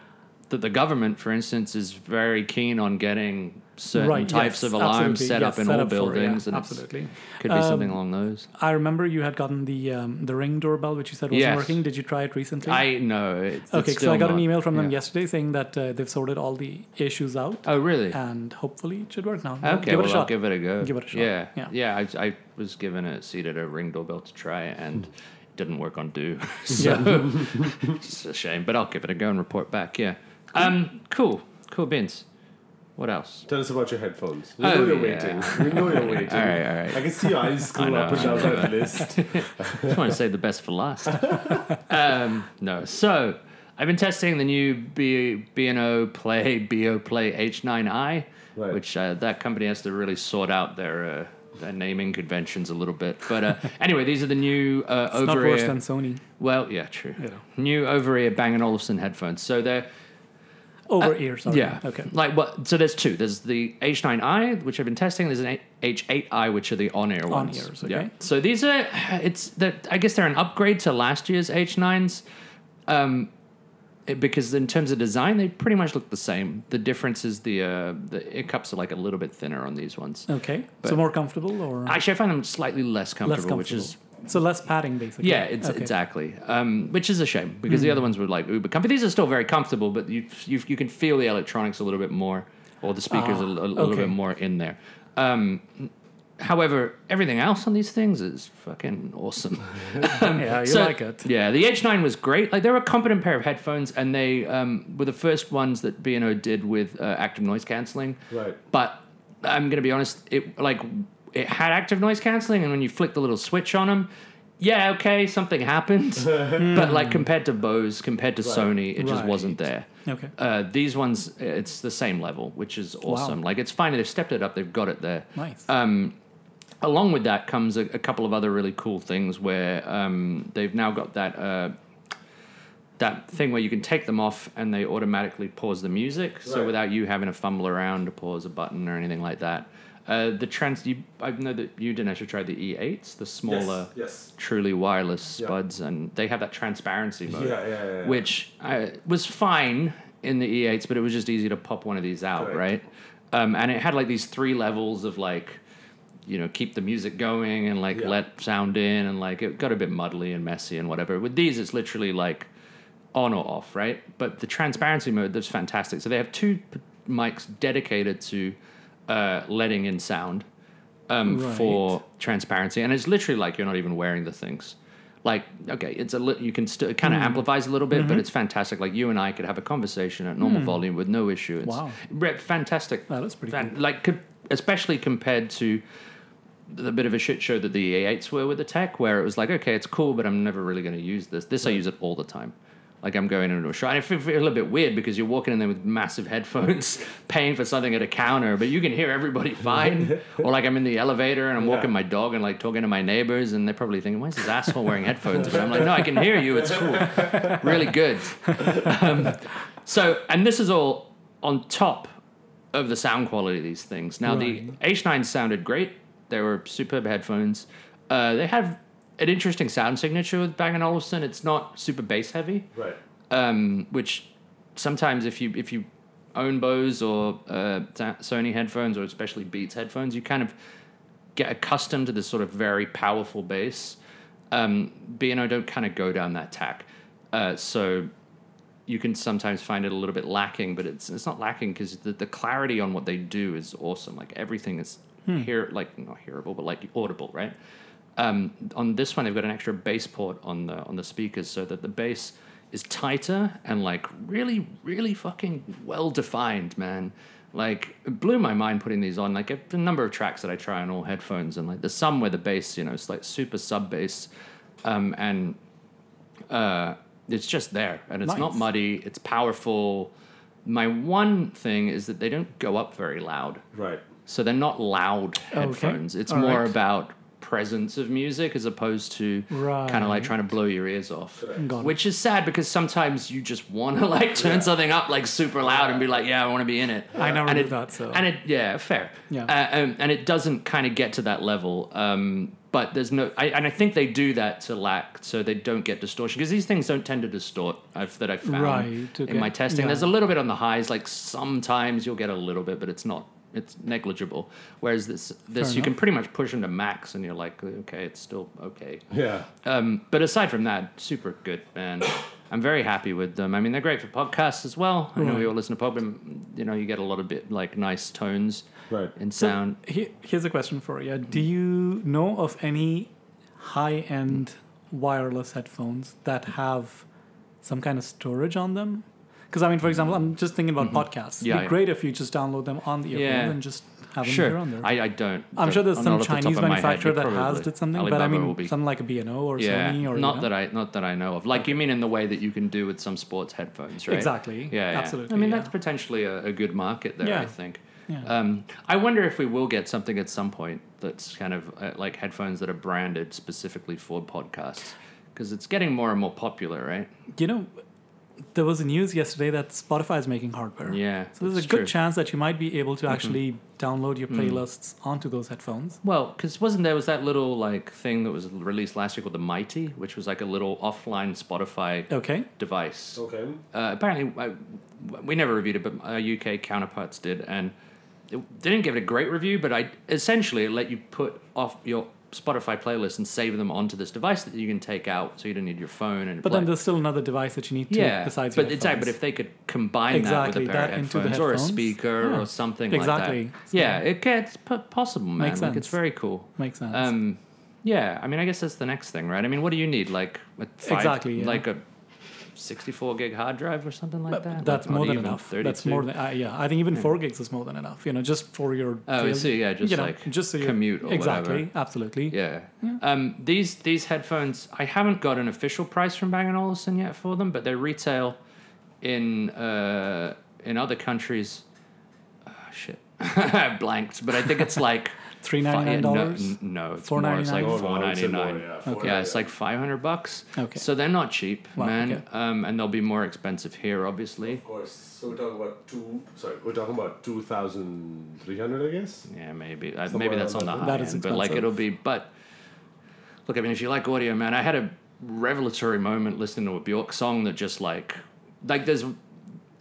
[SPEAKER 1] that the government, for instance, is very keen on getting certain
[SPEAKER 2] right,
[SPEAKER 1] types
[SPEAKER 2] yes,
[SPEAKER 1] of alarms
[SPEAKER 2] absolutely,
[SPEAKER 1] set
[SPEAKER 2] yes,
[SPEAKER 1] up in
[SPEAKER 2] set
[SPEAKER 1] all
[SPEAKER 2] for it, yeah,
[SPEAKER 1] buildings, and it's,
[SPEAKER 2] absolutely. Um,
[SPEAKER 1] could be something along those.
[SPEAKER 2] I remember you had gotten the um, the ring doorbell, which you said wasn't
[SPEAKER 1] Yes.
[SPEAKER 2] working. Did you try it recently?
[SPEAKER 1] I know. It's,
[SPEAKER 2] okay,
[SPEAKER 1] it's
[SPEAKER 2] so I
[SPEAKER 1] still
[SPEAKER 2] got an
[SPEAKER 1] not-
[SPEAKER 2] email from them
[SPEAKER 1] yeah.
[SPEAKER 2] yesterday saying that uh, they've sorted all the issues out,
[SPEAKER 1] Oh, really?
[SPEAKER 2] and hopefully it should work now.
[SPEAKER 1] Okay,
[SPEAKER 2] give
[SPEAKER 1] well,
[SPEAKER 2] it a
[SPEAKER 1] I'll
[SPEAKER 2] shot.
[SPEAKER 1] give it a go.
[SPEAKER 2] Give it a shot,
[SPEAKER 1] Yeah,
[SPEAKER 2] yeah.
[SPEAKER 1] yeah. I, I was given a seat at a ring doorbell to try it and
[SPEAKER 2] Hmm.
[SPEAKER 1] it didn't work on do. (laughs)
[SPEAKER 2] (laughs)
[SPEAKER 1] So it's a shame, but I'll give it a go and report back. Yeah. Um. Cool. Cool beans. What else?
[SPEAKER 3] Tell us about your headphones. We
[SPEAKER 1] Oh,
[SPEAKER 3] know you're
[SPEAKER 1] yeah.
[SPEAKER 3] waiting. We know you're
[SPEAKER 1] (laughs)
[SPEAKER 3] waiting.
[SPEAKER 1] All right. All right.
[SPEAKER 3] I can see your eyes scroll
[SPEAKER 1] I
[SPEAKER 3] up
[SPEAKER 1] know,
[SPEAKER 3] and
[SPEAKER 1] I
[SPEAKER 3] down
[SPEAKER 1] (laughs)
[SPEAKER 3] that list.
[SPEAKER 1] just want to save the best for
[SPEAKER 2] (laughs)
[SPEAKER 1] last. Um, no, so I've been testing the new B BNO Play (laughs) BO Play H9i,
[SPEAKER 3] Right.
[SPEAKER 1] which uh, that company has to really sort out their uh, their naming conventions a little bit. But
[SPEAKER 2] (laughs)
[SPEAKER 1] uh, anyway, these are the new uh,
[SPEAKER 2] It's not
[SPEAKER 1] over
[SPEAKER 2] worse than Sony
[SPEAKER 1] well, yeah, true. New over ear Bang & Olufsen headphones. So they're
[SPEAKER 2] over ear. Sorry.
[SPEAKER 1] Uh, yeah.
[SPEAKER 2] Oh, Okay.
[SPEAKER 1] Like what? So there's two. There's the H9i, which I've been testing. There's an H8i, which are the on-air ones.
[SPEAKER 2] On-ears, okay.
[SPEAKER 1] So these are. It's that. I guess they're an upgrade to last year's H9s, um, it- because in terms of design, they pretty much look the same. The difference is the uh, the ear cups are like a little bit thinner on these ones.
[SPEAKER 2] Okay. so more comfortable or
[SPEAKER 1] Actually, I find them slightly less comfortable,
[SPEAKER 2] Uh-huh. less comfortable?
[SPEAKER 1] which is
[SPEAKER 2] so less padding, basically.
[SPEAKER 1] yeah, it's,
[SPEAKER 2] Okay. Mm-hmm.
[SPEAKER 1] exactly. Um, which is a shame because the other ones were like uber comfy. These are still very comfortable, but you you, you can feel the electronics a little bit more, or the speakers
[SPEAKER 2] Ah,
[SPEAKER 1] a, l- a little
[SPEAKER 2] okay.
[SPEAKER 1] bit more in there. Um, however, everything else on these things is fucking awesome.
[SPEAKER 2] Yeah, (laughs) you
[SPEAKER 1] So-
[SPEAKER 2] like it.
[SPEAKER 1] Yeah, the H9 was great. Like they were a competent pair of headphones, and they um, were the first ones that B&O did with uh, active noise canceling.
[SPEAKER 3] Right.
[SPEAKER 1] But I'm gonna be honest, it like it had active noise canceling, and when you flick the little switch on them, yeah, okay, something happened. but like compared to Bose, compared to Sony, it just
[SPEAKER 2] Right.
[SPEAKER 1] wasn't there.
[SPEAKER 2] Okay.
[SPEAKER 1] Uh, these ones, it's the same level, which is awesome. Like it's fine. They've stepped it up. They've got it there
[SPEAKER 2] Nice.
[SPEAKER 1] uh, along with that comes a, a couple of other really cool things where um, they've now got that uh, that thing where you can take them off and they automatically pause the music, so
[SPEAKER 3] Right.
[SPEAKER 1] without you having to fumble around to pause a button or anything like that. Uh, the trans, you, I know that you didn't actually try the E8s, the smaller,
[SPEAKER 3] Yes.
[SPEAKER 1] truly wireless
[SPEAKER 3] Yeah.
[SPEAKER 1] spuds, and they have that transparency
[SPEAKER 3] yes.
[SPEAKER 1] mode,
[SPEAKER 3] Yeah, yeah, yeah. yeah.
[SPEAKER 1] which uh, was fine in the E8s, but it was just easy to pop one of these out,
[SPEAKER 3] Correct.
[SPEAKER 1] right? Um, and it had like these three levels of like, you know, keep the music going and like
[SPEAKER 3] Yeah.
[SPEAKER 1] let sound in, and like it got a bit muddly and messy and whatever. With these, it's literally like on or off, right? But the transparency mode that's fantastic. So they have two p- mics dedicated to uh, letting in sound um,
[SPEAKER 2] Right.
[SPEAKER 1] for transparency, and it's literally like you're not even wearing the things. Like, okay, it's a lit you can still it kind of amplifies a little bit, but it's fantastic. Like you and I could have a conversation at normal volume with no issue. It's
[SPEAKER 2] Wow.
[SPEAKER 1] re- fantastic.
[SPEAKER 2] Wow, that's pretty
[SPEAKER 1] Fan- Like, co- especially compared to the bit of a shit show that the EA8s were with the tech, where it was like, okay, it's cool, but I'm never really going to use this. This I use it all the time. Like I'm going into a shop, and I feel, feel a little bit weird because you're walking in there with massive headphones, (laughs) paying for something at a counter, but you can hear
[SPEAKER 2] (laughs)
[SPEAKER 1] everybody fine. or like I'm in the elevator and I'm walking
[SPEAKER 3] Yeah.
[SPEAKER 1] my dog and like talking to my neighbors, and they're probably thinking, "Why is this asshole wearing headphones?" But I'm like, "No, I can hear you. It's cool, really good." (laughs) Um, So, and this is all on top of the sound quality of these things. Now, the H9 sounded great. They were superb headphones. Uh, they have an interesting sound signature with Bang & Olufsen. It's not super bass heavy,
[SPEAKER 3] Right.
[SPEAKER 1] um, which sometimes if you if you own Bose or uh, Ta- Sony headphones or especially Beats headphones, you kind of get accustomed to this sort of very powerful bass. Um, B&O don't kind of go down that tack. Uh, so you can sometimes find it a little bit lacking, but it's it's not lacking because the, the clarity on what they do is awesome. Like everything is hear like not hearable, but like audible, right? Um, on this one, they've got an extra bass port on the on the speakers so that the bass is tighter and like really really fucking well defined, man. Like it blew my mind putting these on. Like the number of tracks that I try on all headphones, and like there's some where the bass, you know, it's like super sub bass, um, and uh, it's just there and it's not
[SPEAKER 2] Nice.
[SPEAKER 1] muddy it's powerful my one thing is that they don't go up very loud
[SPEAKER 3] Right.
[SPEAKER 1] so they're not loud headphones it's
[SPEAKER 2] Oh, All
[SPEAKER 1] more
[SPEAKER 2] right.
[SPEAKER 1] about presence of music as opposed to kind of like
[SPEAKER 2] Right.
[SPEAKER 1] trying to blow your ears off
[SPEAKER 2] Got it.
[SPEAKER 1] which is sad because sometimes you just want to (laughs) like turn something up like super loud and be like yeah i want to be in it
[SPEAKER 2] I never
[SPEAKER 1] and
[SPEAKER 2] knew
[SPEAKER 1] it-
[SPEAKER 2] that, so-
[SPEAKER 1] and it yeah fair
[SPEAKER 2] Yeah.
[SPEAKER 1] uh, um, and it doesn't kind of get to that level um, but there's no I, and i think they do that to lack so they don't get distortion because these things don't tend to distort I've, that i've found
[SPEAKER 2] Right, okay.
[SPEAKER 1] in my testing
[SPEAKER 2] Yeah.
[SPEAKER 1] there's a little bit on the highs like sometimes you'll get a little bit but it's not it's negligible whereas this this you can pretty much push into max and you're like okay it's still okay
[SPEAKER 3] Yeah.
[SPEAKER 1] um, but aside from that, super good, man. I'm very happy with them. I mean, they're great for podcasts as well. I know we all listen to podcasts. You know, you get a lot of bit like nice tones
[SPEAKER 3] Right.
[SPEAKER 1] and sound.
[SPEAKER 2] He- here's a question for you. Do you know of any high-end wireless headphones that have some kind of storage on them? Because I mean, for example, I'm just thinking about podcasts.
[SPEAKER 1] Mm-hmm. Yeah,
[SPEAKER 2] It'd be
[SPEAKER 1] yeah.
[SPEAKER 2] great if you just download them on the earphone
[SPEAKER 1] Yeah.
[SPEAKER 2] and just have them
[SPEAKER 1] sure,
[SPEAKER 2] here on there.
[SPEAKER 1] I, I don't.
[SPEAKER 2] am sure there's
[SPEAKER 1] not
[SPEAKER 2] some
[SPEAKER 1] off the top
[SPEAKER 2] Chinese
[SPEAKER 1] of my head,
[SPEAKER 2] manufacturer
[SPEAKER 1] you
[SPEAKER 2] that has
[SPEAKER 1] probably-
[SPEAKER 2] did something, but I
[SPEAKER 1] Alibaba will
[SPEAKER 2] mean,
[SPEAKER 1] be-
[SPEAKER 2] something like a B&O or
[SPEAKER 1] yeah,
[SPEAKER 2] Sony
[SPEAKER 1] not
[SPEAKER 2] or you know?
[SPEAKER 1] that I not that I know of. Like you mean in the way that you can do with some sports headphones, right?
[SPEAKER 2] Exactly.
[SPEAKER 1] Yeah, yeah.
[SPEAKER 2] Absolutely.
[SPEAKER 1] I mean,
[SPEAKER 2] yeah.
[SPEAKER 1] that's potentially a, a good market there. I
[SPEAKER 2] Yeah.
[SPEAKER 1] think.
[SPEAKER 2] Yeah.
[SPEAKER 1] Um, I wonder if we will get something at some point that's kind of uh, like headphones that are branded specifically for podcasts because it's getting more and more popular, right?
[SPEAKER 2] you know, there was news yesterday that Spotify is making hardware.
[SPEAKER 1] Yeah,
[SPEAKER 2] So there's
[SPEAKER 1] it's
[SPEAKER 2] a good
[SPEAKER 1] true. Mm-hmm. Mm.
[SPEAKER 2] chance that you might be able to actually download your playlists onto those headphones.
[SPEAKER 1] Well, because wasn't there was that little like thing that was released last year called the Mighty, which was like a little offline Spotify
[SPEAKER 2] Okay.
[SPEAKER 1] device.
[SPEAKER 3] Okay.
[SPEAKER 1] Uh, apparently, I, we never reviewed it, but our UK counterparts did, and it, they didn't give it a great review. But I essentially it let you put off your Spotify playlist and save them onto this device that you can take out, so you don't need your phone. And
[SPEAKER 2] But
[SPEAKER 1] play.
[SPEAKER 2] then there's still another device that you need to
[SPEAKER 1] yeah,
[SPEAKER 2] besides
[SPEAKER 1] but
[SPEAKER 2] your
[SPEAKER 1] exactly. But if
[SPEAKER 2] headphones.
[SPEAKER 1] they could combine
[SPEAKER 2] Exactly,
[SPEAKER 1] that with a pair
[SPEAKER 2] that
[SPEAKER 1] of
[SPEAKER 2] into the
[SPEAKER 1] headphones, or a
[SPEAKER 2] headphones.
[SPEAKER 1] speaker
[SPEAKER 2] Yeah.
[SPEAKER 1] or something
[SPEAKER 2] Exactly.
[SPEAKER 1] like that. Yeah, it gets p- possible, man.
[SPEAKER 2] Makes
[SPEAKER 1] Like it's
[SPEAKER 2] sense.
[SPEAKER 1] very cool.
[SPEAKER 2] Makes sense.
[SPEAKER 1] Um, yeah, I mean, I guess that's the next thing, right? I mean, what do you need? Like a five,
[SPEAKER 2] Exactly, yeah.
[SPEAKER 1] like a sixty-four gig hard drive or something like
[SPEAKER 2] But
[SPEAKER 1] that.
[SPEAKER 2] that's
[SPEAKER 1] Like, not
[SPEAKER 2] more than
[SPEAKER 1] even
[SPEAKER 2] enough. That's more
[SPEAKER 1] 32?
[SPEAKER 2] than uh, yeah. I think even four gigs is more than enough. You know, just for your
[SPEAKER 1] Oh, I
[SPEAKER 2] daily-
[SPEAKER 1] see, yeah, just like
[SPEAKER 2] you-
[SPEAKER 1] commute or
[SPEAKER 2] exactly,
[SPEAKER 1] whatever.
[SPEAKER 2] absolutely.
[SPEAKER 1] Yeah. Um, these these headphones, I haven't got an official price from Bang & Olufsen yet for them, but they retail in uh, in other countries. Oh, shit, (laughs) I blanked, but I think it's
[SPEAKER 2] (laughs)
[SPEAKER 1] like
[SPEAKER 2] Three
[SPEAKER 1] fi-
[SPEAKER 2] ninety nine dollars.
[SPEAKER 1] No, mm. n- no, it's more. Oh, It's like
[SPEAKER 2] $4.99?
[SPEAKER 1] four ninety nine.
[SPEAKER 3] Okay.
[SPEAKER 1] Yeah, it's like five hundred bucks.
[SPEAKER 2] Okay.
[SPEAKER 1] So they're not cheap,
[SPEAKER 2] Wow,
[SPEAKER 1] man.
[SPEAKER 2] okay.
[SPEAKER 1] Um, and they'll be more expensive here, obviously.
[SPEAKER 3] Of course. So we're talking about two. Sorry, we're talking about two thousand three hundred, I guess.
[SPEAKER 1] Yeah, maybe. Uh,
[SPEAKER 3] Somewhere
[SPEAKER 1] maybe that's on
[SPEAKER 3] around
[SPEAKER 1] the
[SPEAKER 3] that.
[SPEAKER 1] high
[SPEAKER 2] That is
[SPEAKER 1] end, but like
[SPEAKER 2] expensive.
[SPEAKER 1] it'll be. But look, I mean, if you like audio, man, I had a revelatory moment listening to a Bjork song that just like, like there's,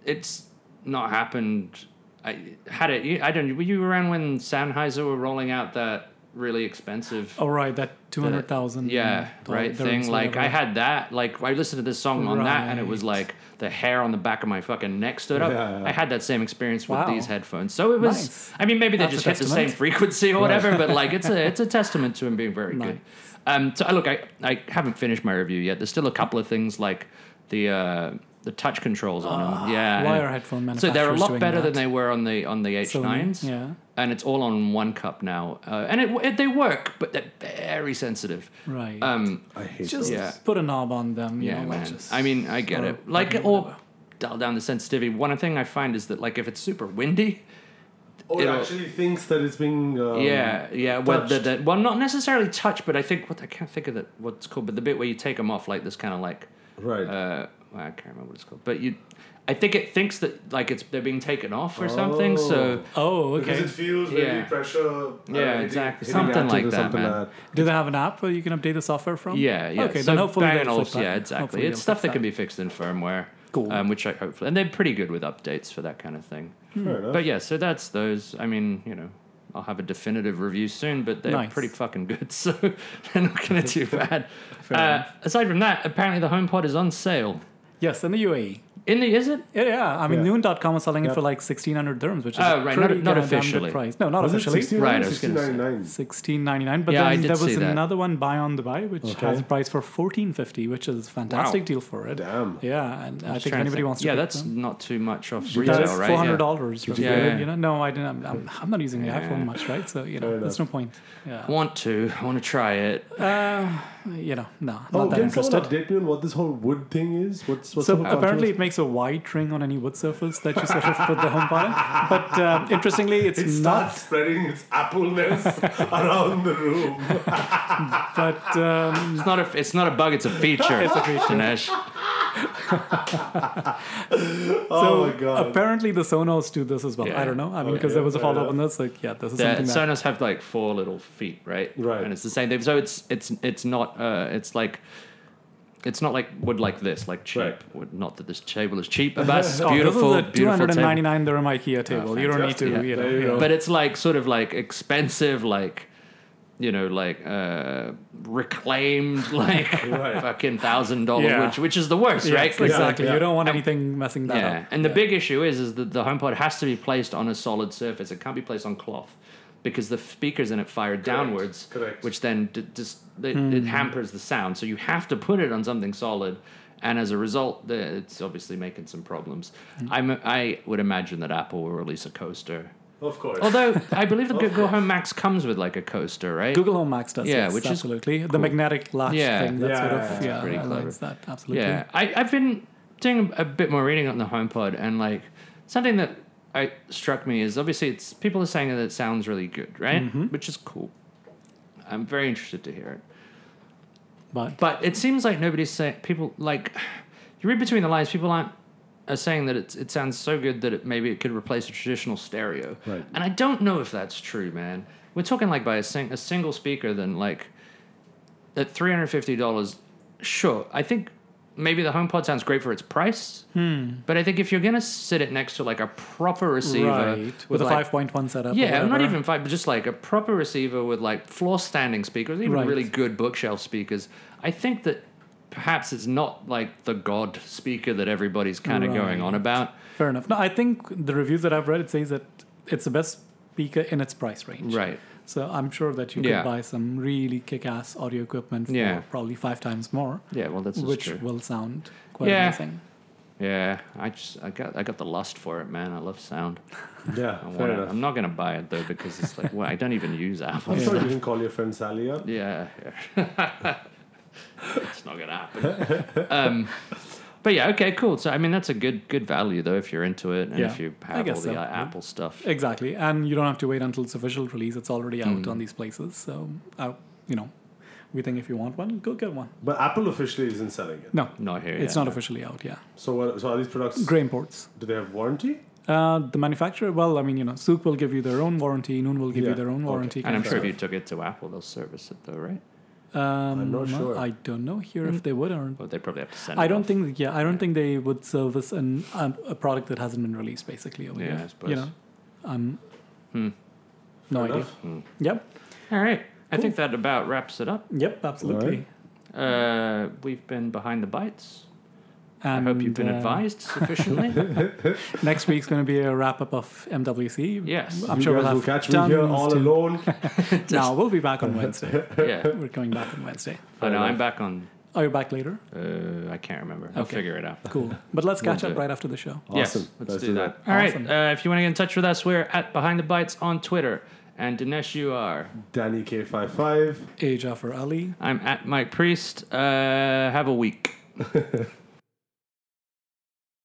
[SPEAKER 1] it's not happened. I had it. you- I don't. Were you around when Sennheiser were rolling out that really expensive?
[SPEAKER 2] All Oh, right, that two hundred thousand.
[SPEAKER 1] yeah
[SPEAKER 2] Mm,
[SPEAKER 1] right thing like i had that like i listened to this song on that and it was like the hair on the back of my fucking neck stood up
[SPEAKER 3] Yeah.
[SPEAKER 1] i had that same experience with
[SPEAKER 2] Wow.
[SPEAKER 1] these headphones so it was
[SPEAKER 2] Nice.
[SPEAKER 1] i mean maybe they
[SPEAKER 2] That's a
[SPEAKER 1] just hit the same
[SPEAKER 2] testament.
[SPEAKER 1] frequency or whatever but like it's a it's a testament to him being very good
[SPEAKER 2] Nice.
[SPEAKER 1] um so uh, look i i haven't finished my review yet there's still a couple of things like the uh the touch controls on them. Yeah,
[SPEAKER 2] wire headphone
[SPEAKER 1] So they're a
[SPEAKER 2] Ah, manufacturers
[SPEAKER 1] lot
[SPEAKER 2] doing
[SPEAKER 1] better than
[SPEAKER 2] that.
[SPEAKER 1] they were on the on the H9s.
[SPEAKER 2] Sony, yeah.
[SPEAKER 1] and it's all on one cup now, uh, and it, it they work, but they're very sensitive.
[SPEAKER 2] Right.
[SPEAKER 1] Um,
[SPEAKER 3] I hate
[SPEAKER 2] just
[SPEAKER 1] yeah.
[SPEAKER 2] put a knob on them. You
[SPEAKER 1] yeah,
[SPEAKER 2] know, like
[SPEAKER 1] man.
[SPEAKER 2] just-
[SPEAKER 1] I mean, I get
[SPEAKER 2] or
[SPEAKER 1] it. Like,
[SPEAKER 2] button,
[SPEAKER 1] or
[SPEAKER 2] whatever.
[SPEAKER 1] dial down the sensitivity. One thing I find is that, like, if it's super windy,
[SPEAKER 3] Or it
[SPEAKER 1] It'll-
[SPEAKER 3] actually thinks that it's being. Um,
[SPEAKER 1] yeah, yeah. Well, the,
[SPEAKER 3] touched.
[SPEAKER 1] the- well, not necessarily touch, but I think what I can't think of that what's called, but the bit where you take them off, like this kind of like,
[SPEAKER 3] Right.
[SPEAKER 1] uh, well, I can't remember what it's called, but you, I think it thinks that like it's they're being taken off or something. So
[SPEAKER 2] Oh,
[SPEAKER 3] Because
[SPEAKER 2] okay.
[SPEAKER 3] it feels
[SPEAKER 1] Yeah.
[SPEAKER 3] maybe pressure. uh,
[SPEAKER 1] Yeah,
[SPEAKER 3] hitting-
[SPEAKER 1] exactly.
[SPEAKER 3] hitting
[SPEAKER 1] Something
[SPEAKER 3] at it
[SPEAKER 1] like
[SPEAKER 3] or
[SPEAKER 1] that, man.
[SPEAKER 3] like
[SPEAKER 2] Do they have an app where you can update the software from?
[SPEAKER 1] Yeah, yeah.
[SPEAKER 2] Okay,
[SPEAKER 1] so
[SPEAKER 2] then hopefully
[SPEAKER 1] Bang
[SPEAKER 2] they'll
[SPEAKER 1] Olufsen-
[SPEAKER 2] fix that.
[SPEAKER 1] yeah, exactly.
[SPEAKER 2] Hopefully
[SPEAKER 1] it's
[SPEAKER 2] they'll
[SPEAKER 1] stuff
[SPEAKER 2] fix
[SPEAKER 1] that can be fixed in firmware.
[SPEAKER 2] Cool.
[SPEAKER 1] Um, which I hopefully, and they're pretty good with updates for that kind of thing.
[SPEAKER 3] Fair enough.
[SPEAKER 1] But yeah, so that's those. I mean, you know, I'll have a definitive review soon, but they're
[SPEAKER 2] Nice.
[SPEAKER 1] pretty fucking good, (laughs) so they're not going to do
[SPEAKER 2] (laughs)
[SPEAKER 1] bad. Uh, aside from that, apparently the HomePod is on sale.
[SPEAKER 2] Yes, in the UAE.
[SPEAKER 1] In the is it?
[SPEAKER 2] Yeah, yeah. I mean,
[SPEAKER 3] Yeah.
[SPEAKER 2] Noon.com is selling
[SPEAKER 3] Yep.
[SPEAKER 2] it for like 1600 dirhams, which is
[SPEAKER 1] Oh,
[SPEAKER 2] a
[SPEAKER 1] right, not-
[SPEAKER 2] pretty
[SPEAKER 1] not
[SPEAKER 2] goddamn good
[SPEAKER 1] officially.
[SPEAKER 2] price. No, not
[SPEAKER 3] Was it
[SPEAKER 2] officially.
[SPEAKER 3] 16
[SPEAKER 1] Right,
[SPEAKER 3] or
[SPEAKER 1] I was gonna say.
[SPEAKER 3] 16.99?
[SPEAKER 2] 1699 but
[SPEAKER 1] Yeah, I
[SPEAKER 2] then
[SPEAKER 1] did
[SPEAKER 2] there
[SPEAKER 1] see
[SPEAKER 2] was
[SPEAKER 1] that.
[SPEAKER 2] another one buy on Dubai which
[SPEAKER 3] Okay.
[SPEAKER 2] has a price for 1450 which is a fantastic
[SPEAKER 1] Wow.
[SPEAKER 2] deal for it.
[SPEAKER 3] Damn.
[SPEAKER 2] Yeah, and I
[SPEAKER 1] Just
[SPEAKER 2] think if
[SPEAKER 1] trying to
[SPEAKER 2] anybody wants to
[SPEAKER 1] Yeah,
[SPEAKER 2] pick
[SPEAKER 1] that's
[SPEAKER 2] them-
[SPEAKER 1] not too much off retail,
[SPEAKER 2] That is
[SPEAKER 1] right?
[SPEAKER 2] four
[SPEAKER 1] Yeah.
[SPEAKER 2] hundred dollars.
[SPEAKER 1] you get it?
[SPEAKER 2] You know, no, I didn't. I'm, I'm, I'm not using the iPhone much, right? So you know,
[SPEAKER 3] Fair
[SPEAKER 2] there's no point. Yeah,
[SPEAKER 1] Want to? I want to try it.
[SPEAKER 2] you know, no, not
[SPEAKER 3] Oh,
[SPEAKER 2] that
[SPEAKER 3] can someone
[SPEAKER 2] interested.
[SPEAKER 3] update me on what this whole wood thing is? What's what's the
[SPEAKER 2] So
[SPEAKER 3] whole
[SPEAKER 2] apparently, it makes a wide ring on any wood surface that you sort of put the home pod on. But uh, interestingly, it's
[SPEAKER 3] It
[SPEAKER 2] not.
[SPEAKER 3] starts spreading its
[SPEAKER 2] (laughs)
[SPEAKER 3] appleness around the room.
[SPEAKER 2] But um,
[SPEAKER 1] It's not a. It's not a bug.
[SPEAKER 2] (laughs)
[SPEAKER 1] It's a feature. it's a feature.
[SPEAKER 3] (laughs) oh
[SPEAKER 2] so
[SPEAKER 3] my god!
[SPEAKER 2] apparently, the Sonos do this as well.
[SPEAKER 1] Yeah.
[SPEAKER 2] I don't know. I mean,
[SPEAKER 3] Okay.
[SPEAKER 2] because there was a
[SPEAKER 3] Fair
[SPEAKER 2] follow up on this. Like, yeah, this is
[SPEAKER 1] The
[SPEAKER 2] something that.
[SPEAKER 1] Sonos have like four little feet, right?
[SPEAKER 3] Right.
[SPEAKER 1] And it's the same thing. So it's it's it's not uh it's like it's not like wood like this, like cheap.
[SPEAKER 3] Right.
[SPEAKER 1] Wood, not that this table is cheap, but it's
[SPEAKER 2] (laughs) Oh,
[SPEAKER 1] beautiful,
[SPEAKER 2] this is a
[SPEAKER 1] beautiful table.
[SPEAKER 2] 299 dirham IKEA table. you don't need to,
[SPEAKER 1] Yeah.
[SPEAKER 2] you know.
[SPEAKER 3] There you go.
[SPEAKER 1] But it's like sort of like expensive, like you know, like uh reclaimed, (laughs) like
[SPEAKER 3] Right.
[SPEAKER 1] fucking thousand dollar,
[SPEAKER 2] Yeah.
[SPEAKER 1] which which is the worst,
[SPEAKER 2] Yes,
[SPEAKER 1] right? 'Cause it's
[SPEAKER 2] exactly.
[SPEAKER 3] Yeah.
[SPEAKER 2] You don't want anything messing that
[SPEAKER 1] yeah,
[SPEAKER 2] up.
[SPEAKER 1] and the big issue is is that the HomePod has to be placed on a solid surface. It can't be placed on cloth because the speakers in it fire downwards,
[SPEAKER 3] correct.
[SPEAKER 1] which then d- just it, it hampers the sound. So you have to put it on something solid, and as a result, the, it's obviously making some problems. I'm, I would imagine that Apple will release a coaster.
[SPEAKER 3] of course.
[SPEAKER 1] Although I believe
[SPEAKER 3] (laughs)
[SPEAKER 1] the Google Home Max comes with like a coaster, right?
[SPEAKER 2] Google Home Max does.
[SPEAKER 1] Yeah,
[SPEAKER 2] yes,
[SPEAKER 1] which is
[SPEAKER 2] absolutely the magnetic latch
[SPEAKER 1] Yeah.
[SPEAKER 2] thing. That
[SPEAKER 3] Yeah,
[SPEAKER 2] sort
[SPEAKER 3] that's
[SPEAKER 2] of yeah,
[SPEAKER 1] pretty clever.
[SPEAKER 2] aligns that absolutely.
[SPEAKER 1] Yeah, I, I've been doing a bit more reading on the HomePod, and like something that I struck me is obviously it's people are saying that it sounds really good, right? Which is cool. I'm very interested to hear it,
[SPEAKER 2] But
[SPEAKER 1] but it seems like nobody's saying people like you read between the lines. People aren't are saying that it's, it sounds so good that it maybe it could replace a traditional stereo,
[SPEAKER 3] Right.
[SPEAKER 1] and I don't know if that's true, man. We're talking like by a, sing, a single speaker, then like at three hundred fifty dollars, sure. I think maybe the HomePod sounds great for its price,
[SPEAKER 2] Hmm.
[SPEAKER 1] but I think if you're gonna sit it next to like a proper receiver
[SPEAKER 2] right with, a
[SPEAKER 1] like,
[SPEAKER 2] five point one setup. or
[SPEAKER 1] yeah, not
[SPEAKER 2] whatever.
[SPEAKER 1] even five, but just like a proper receiver with like floor standing speakers, even
[SPEAKER 2] Right.
[SPEAKER 1] really good bookshelf speakers. I think that perhaps it's not like the god speaker that everybody's kind of going on
[SPEAKER 2] Right.
[SPEAKER 1] about.
[SPEAKER 2] Fair enough. No, I think the reviews that I've read it says that it's the best speaker in its price range.
[SPEAKER 1] Right.
[SPEAKER 2] So I'm sure that you could
[SPEAKER 1] Yeah.
[SPEAKER 2] buy some really kick-ass audio equipment for
[SPEAKER 1] Yeah.
[SPEAKER 2] probably five times more,
[SPEAKER 1] Yeah, well, that's
[SPEAKER 2] which
[SPEAKER 1] true.
[SPEAKER 2] will sound quite
[SPEAKER 1] Yeah.
[SPEAKER 2] amazing.
[SPEAKER 1] Yeah, I just I got I got the lust for it, man. I love sound. I
[SPEAKER 3] yeah, fair
[SPEAKER 1] want it.
[SPEAKER 3] enough.
[SPEAKER 1] I'm not gonna buy it though because it's like (laughs) well, I don't even use Apple.
[SPEAKER 3] I'm sure you can call your friend Sally up.
[SPEAKER 1] Yeah, yeah. (laughs) it's not gonna happen. Um, but yeah, okay, cool. So I mean, that's a good good value though if you're into it and
[SPEAKER 2] Yeah,
[SPEAKER 1] if you
[SPEAKER 2] I
[SPEAKER 1] have all the
[SPEAKER 2] guess so.
[SPEAKER 1] uh, Apple stuff.
[SPEAKER 2] Exactly, and you don't have to wait until its official release. It's already out
[SPEAKER 1] Mm.
[SPEAKER 2] on these places. So, uh, you know, we think if you want one, go get one.
[SPEAKER 3] But Apple officially isn't selling it.
[SPEAKER 2] No,
[SPEAKER 1] Not here.
[SPEAKER 2] it's
[SPEAKER 1] yet.
[SPEAKER 2] not officially out. Yeah,
[SPEAKER 3] So what? So are these products?
[SPEAKER 2] gray imports.
[SPEAKER 3] Do they have warranty?
[SPEAKER 2] Uh, the manufacturer, well, I mean, you know, Souk will give you their own warranty. Noon will give
[SPEAKER 3] Yeah,
[SPEAKER 2] you their own
[SPEAKER 3] okay.
[SPEAKER 2] warranty.
[SPEAKER 1] And I'm
[SPEAKER 2] kind
[SPEAKER 1] sure
[SPEAKER 2] of
[SPEAKER 1] if you took it to Apple, they'll service it though, right?
[SPEAKER 2] stuff. Um,
[SPEAKER 3] I'm not sure.
[SPEAKER 2] I don't know here
[SPEAKER 1] Mm.
[SPEAKER 2] if they would or.
[SPEAKER 1] Well, they probably have to send.
[SPEAKER 2] I
[SPEAKER 1] it
[SPEAKER 2] don't
[SPEAKER 1] off.
[SPEAKER 2] think. Yeah, I don't think they would service an um, a product that hasn't been released. Basically, over
[SPEAKER 1] Yeah,
[SPEAKER 2] here.
[SPEAKER 1] I suppose. Hmm.
[SPEAKER 2] You know, um, no
[SPEAKER 3] Fair
[SPEAKER 2] idea.
[SPEAKER 3] enough.
[SPEAKER 2] Yep,
[SPEAKER 1] All right. I think that about wraps it up.
[SPEAKER 2] yep, absolutely.
[SPEAKER 3] Alright.
[SPEAKER 1] Uh, we've been behind the bites.
[SPEAKER 2] And
[SPEAKER 1] I hope you've been
[SPEAKER 2] uh,
[SPEAKER 1] advised
[SPEAKER 2] (laughs)
[SPEAKER 1] sufficiently.
[SPEAKER 2] Next week's going to be a wrap up of MWC. (laughs)
[SPEAKER 1] yes.
[SPEAKER 2] I'm
[SPEAKER 3] you
[SPEAKER 2] sure we'll
[SPEAKER 3] guys
[SPEAKER 2] have
[SPEAKER 3] will catch me here
[SPEAKER 2] tons
[SPEAKER 3] all
[SPEAKER 2] to-
[SPEAKER 3] alone.
[SPEAKER 2] Now we'll be back on Wednesday.
[SPEAKER 1] (laughs) Yeah.
[SPEAKER 2] We're coming back on Wednesday.
[SPEAKER 1] I know. I'm back on
[SPEAKER 2] Are you back
[SPEAKER 1] (laughs)
[SPEAKER 2] later?
[SPEAKER 1] Uh, I can't remember. I'll
[SPEAKER 2] Okay.
[SPEAKER 1] figure it out.
[SPEAKER 2] Cool. But let's catch
[SPEAKER 1] do
[SPEAKER 2] up
[SPEAKER 1] it.
[SPEAKER 2] right after the show.
[SPEAKER 3] Awesome.
[SPEAKER 1] Yes, let's, do that. All right.
[SPEAKER 2] Awesome.
[SPEAKER 1] Uh, if you want to get in touch with us, we're at Behind the Bites on Twitter. And Dinesh, you are.
[SPEAKER 3] Danny K55.
[SPEAKER 2] A. Jafar Ali.
[SPEAKER 1] I'm at Mike Priest. Uh, have a week.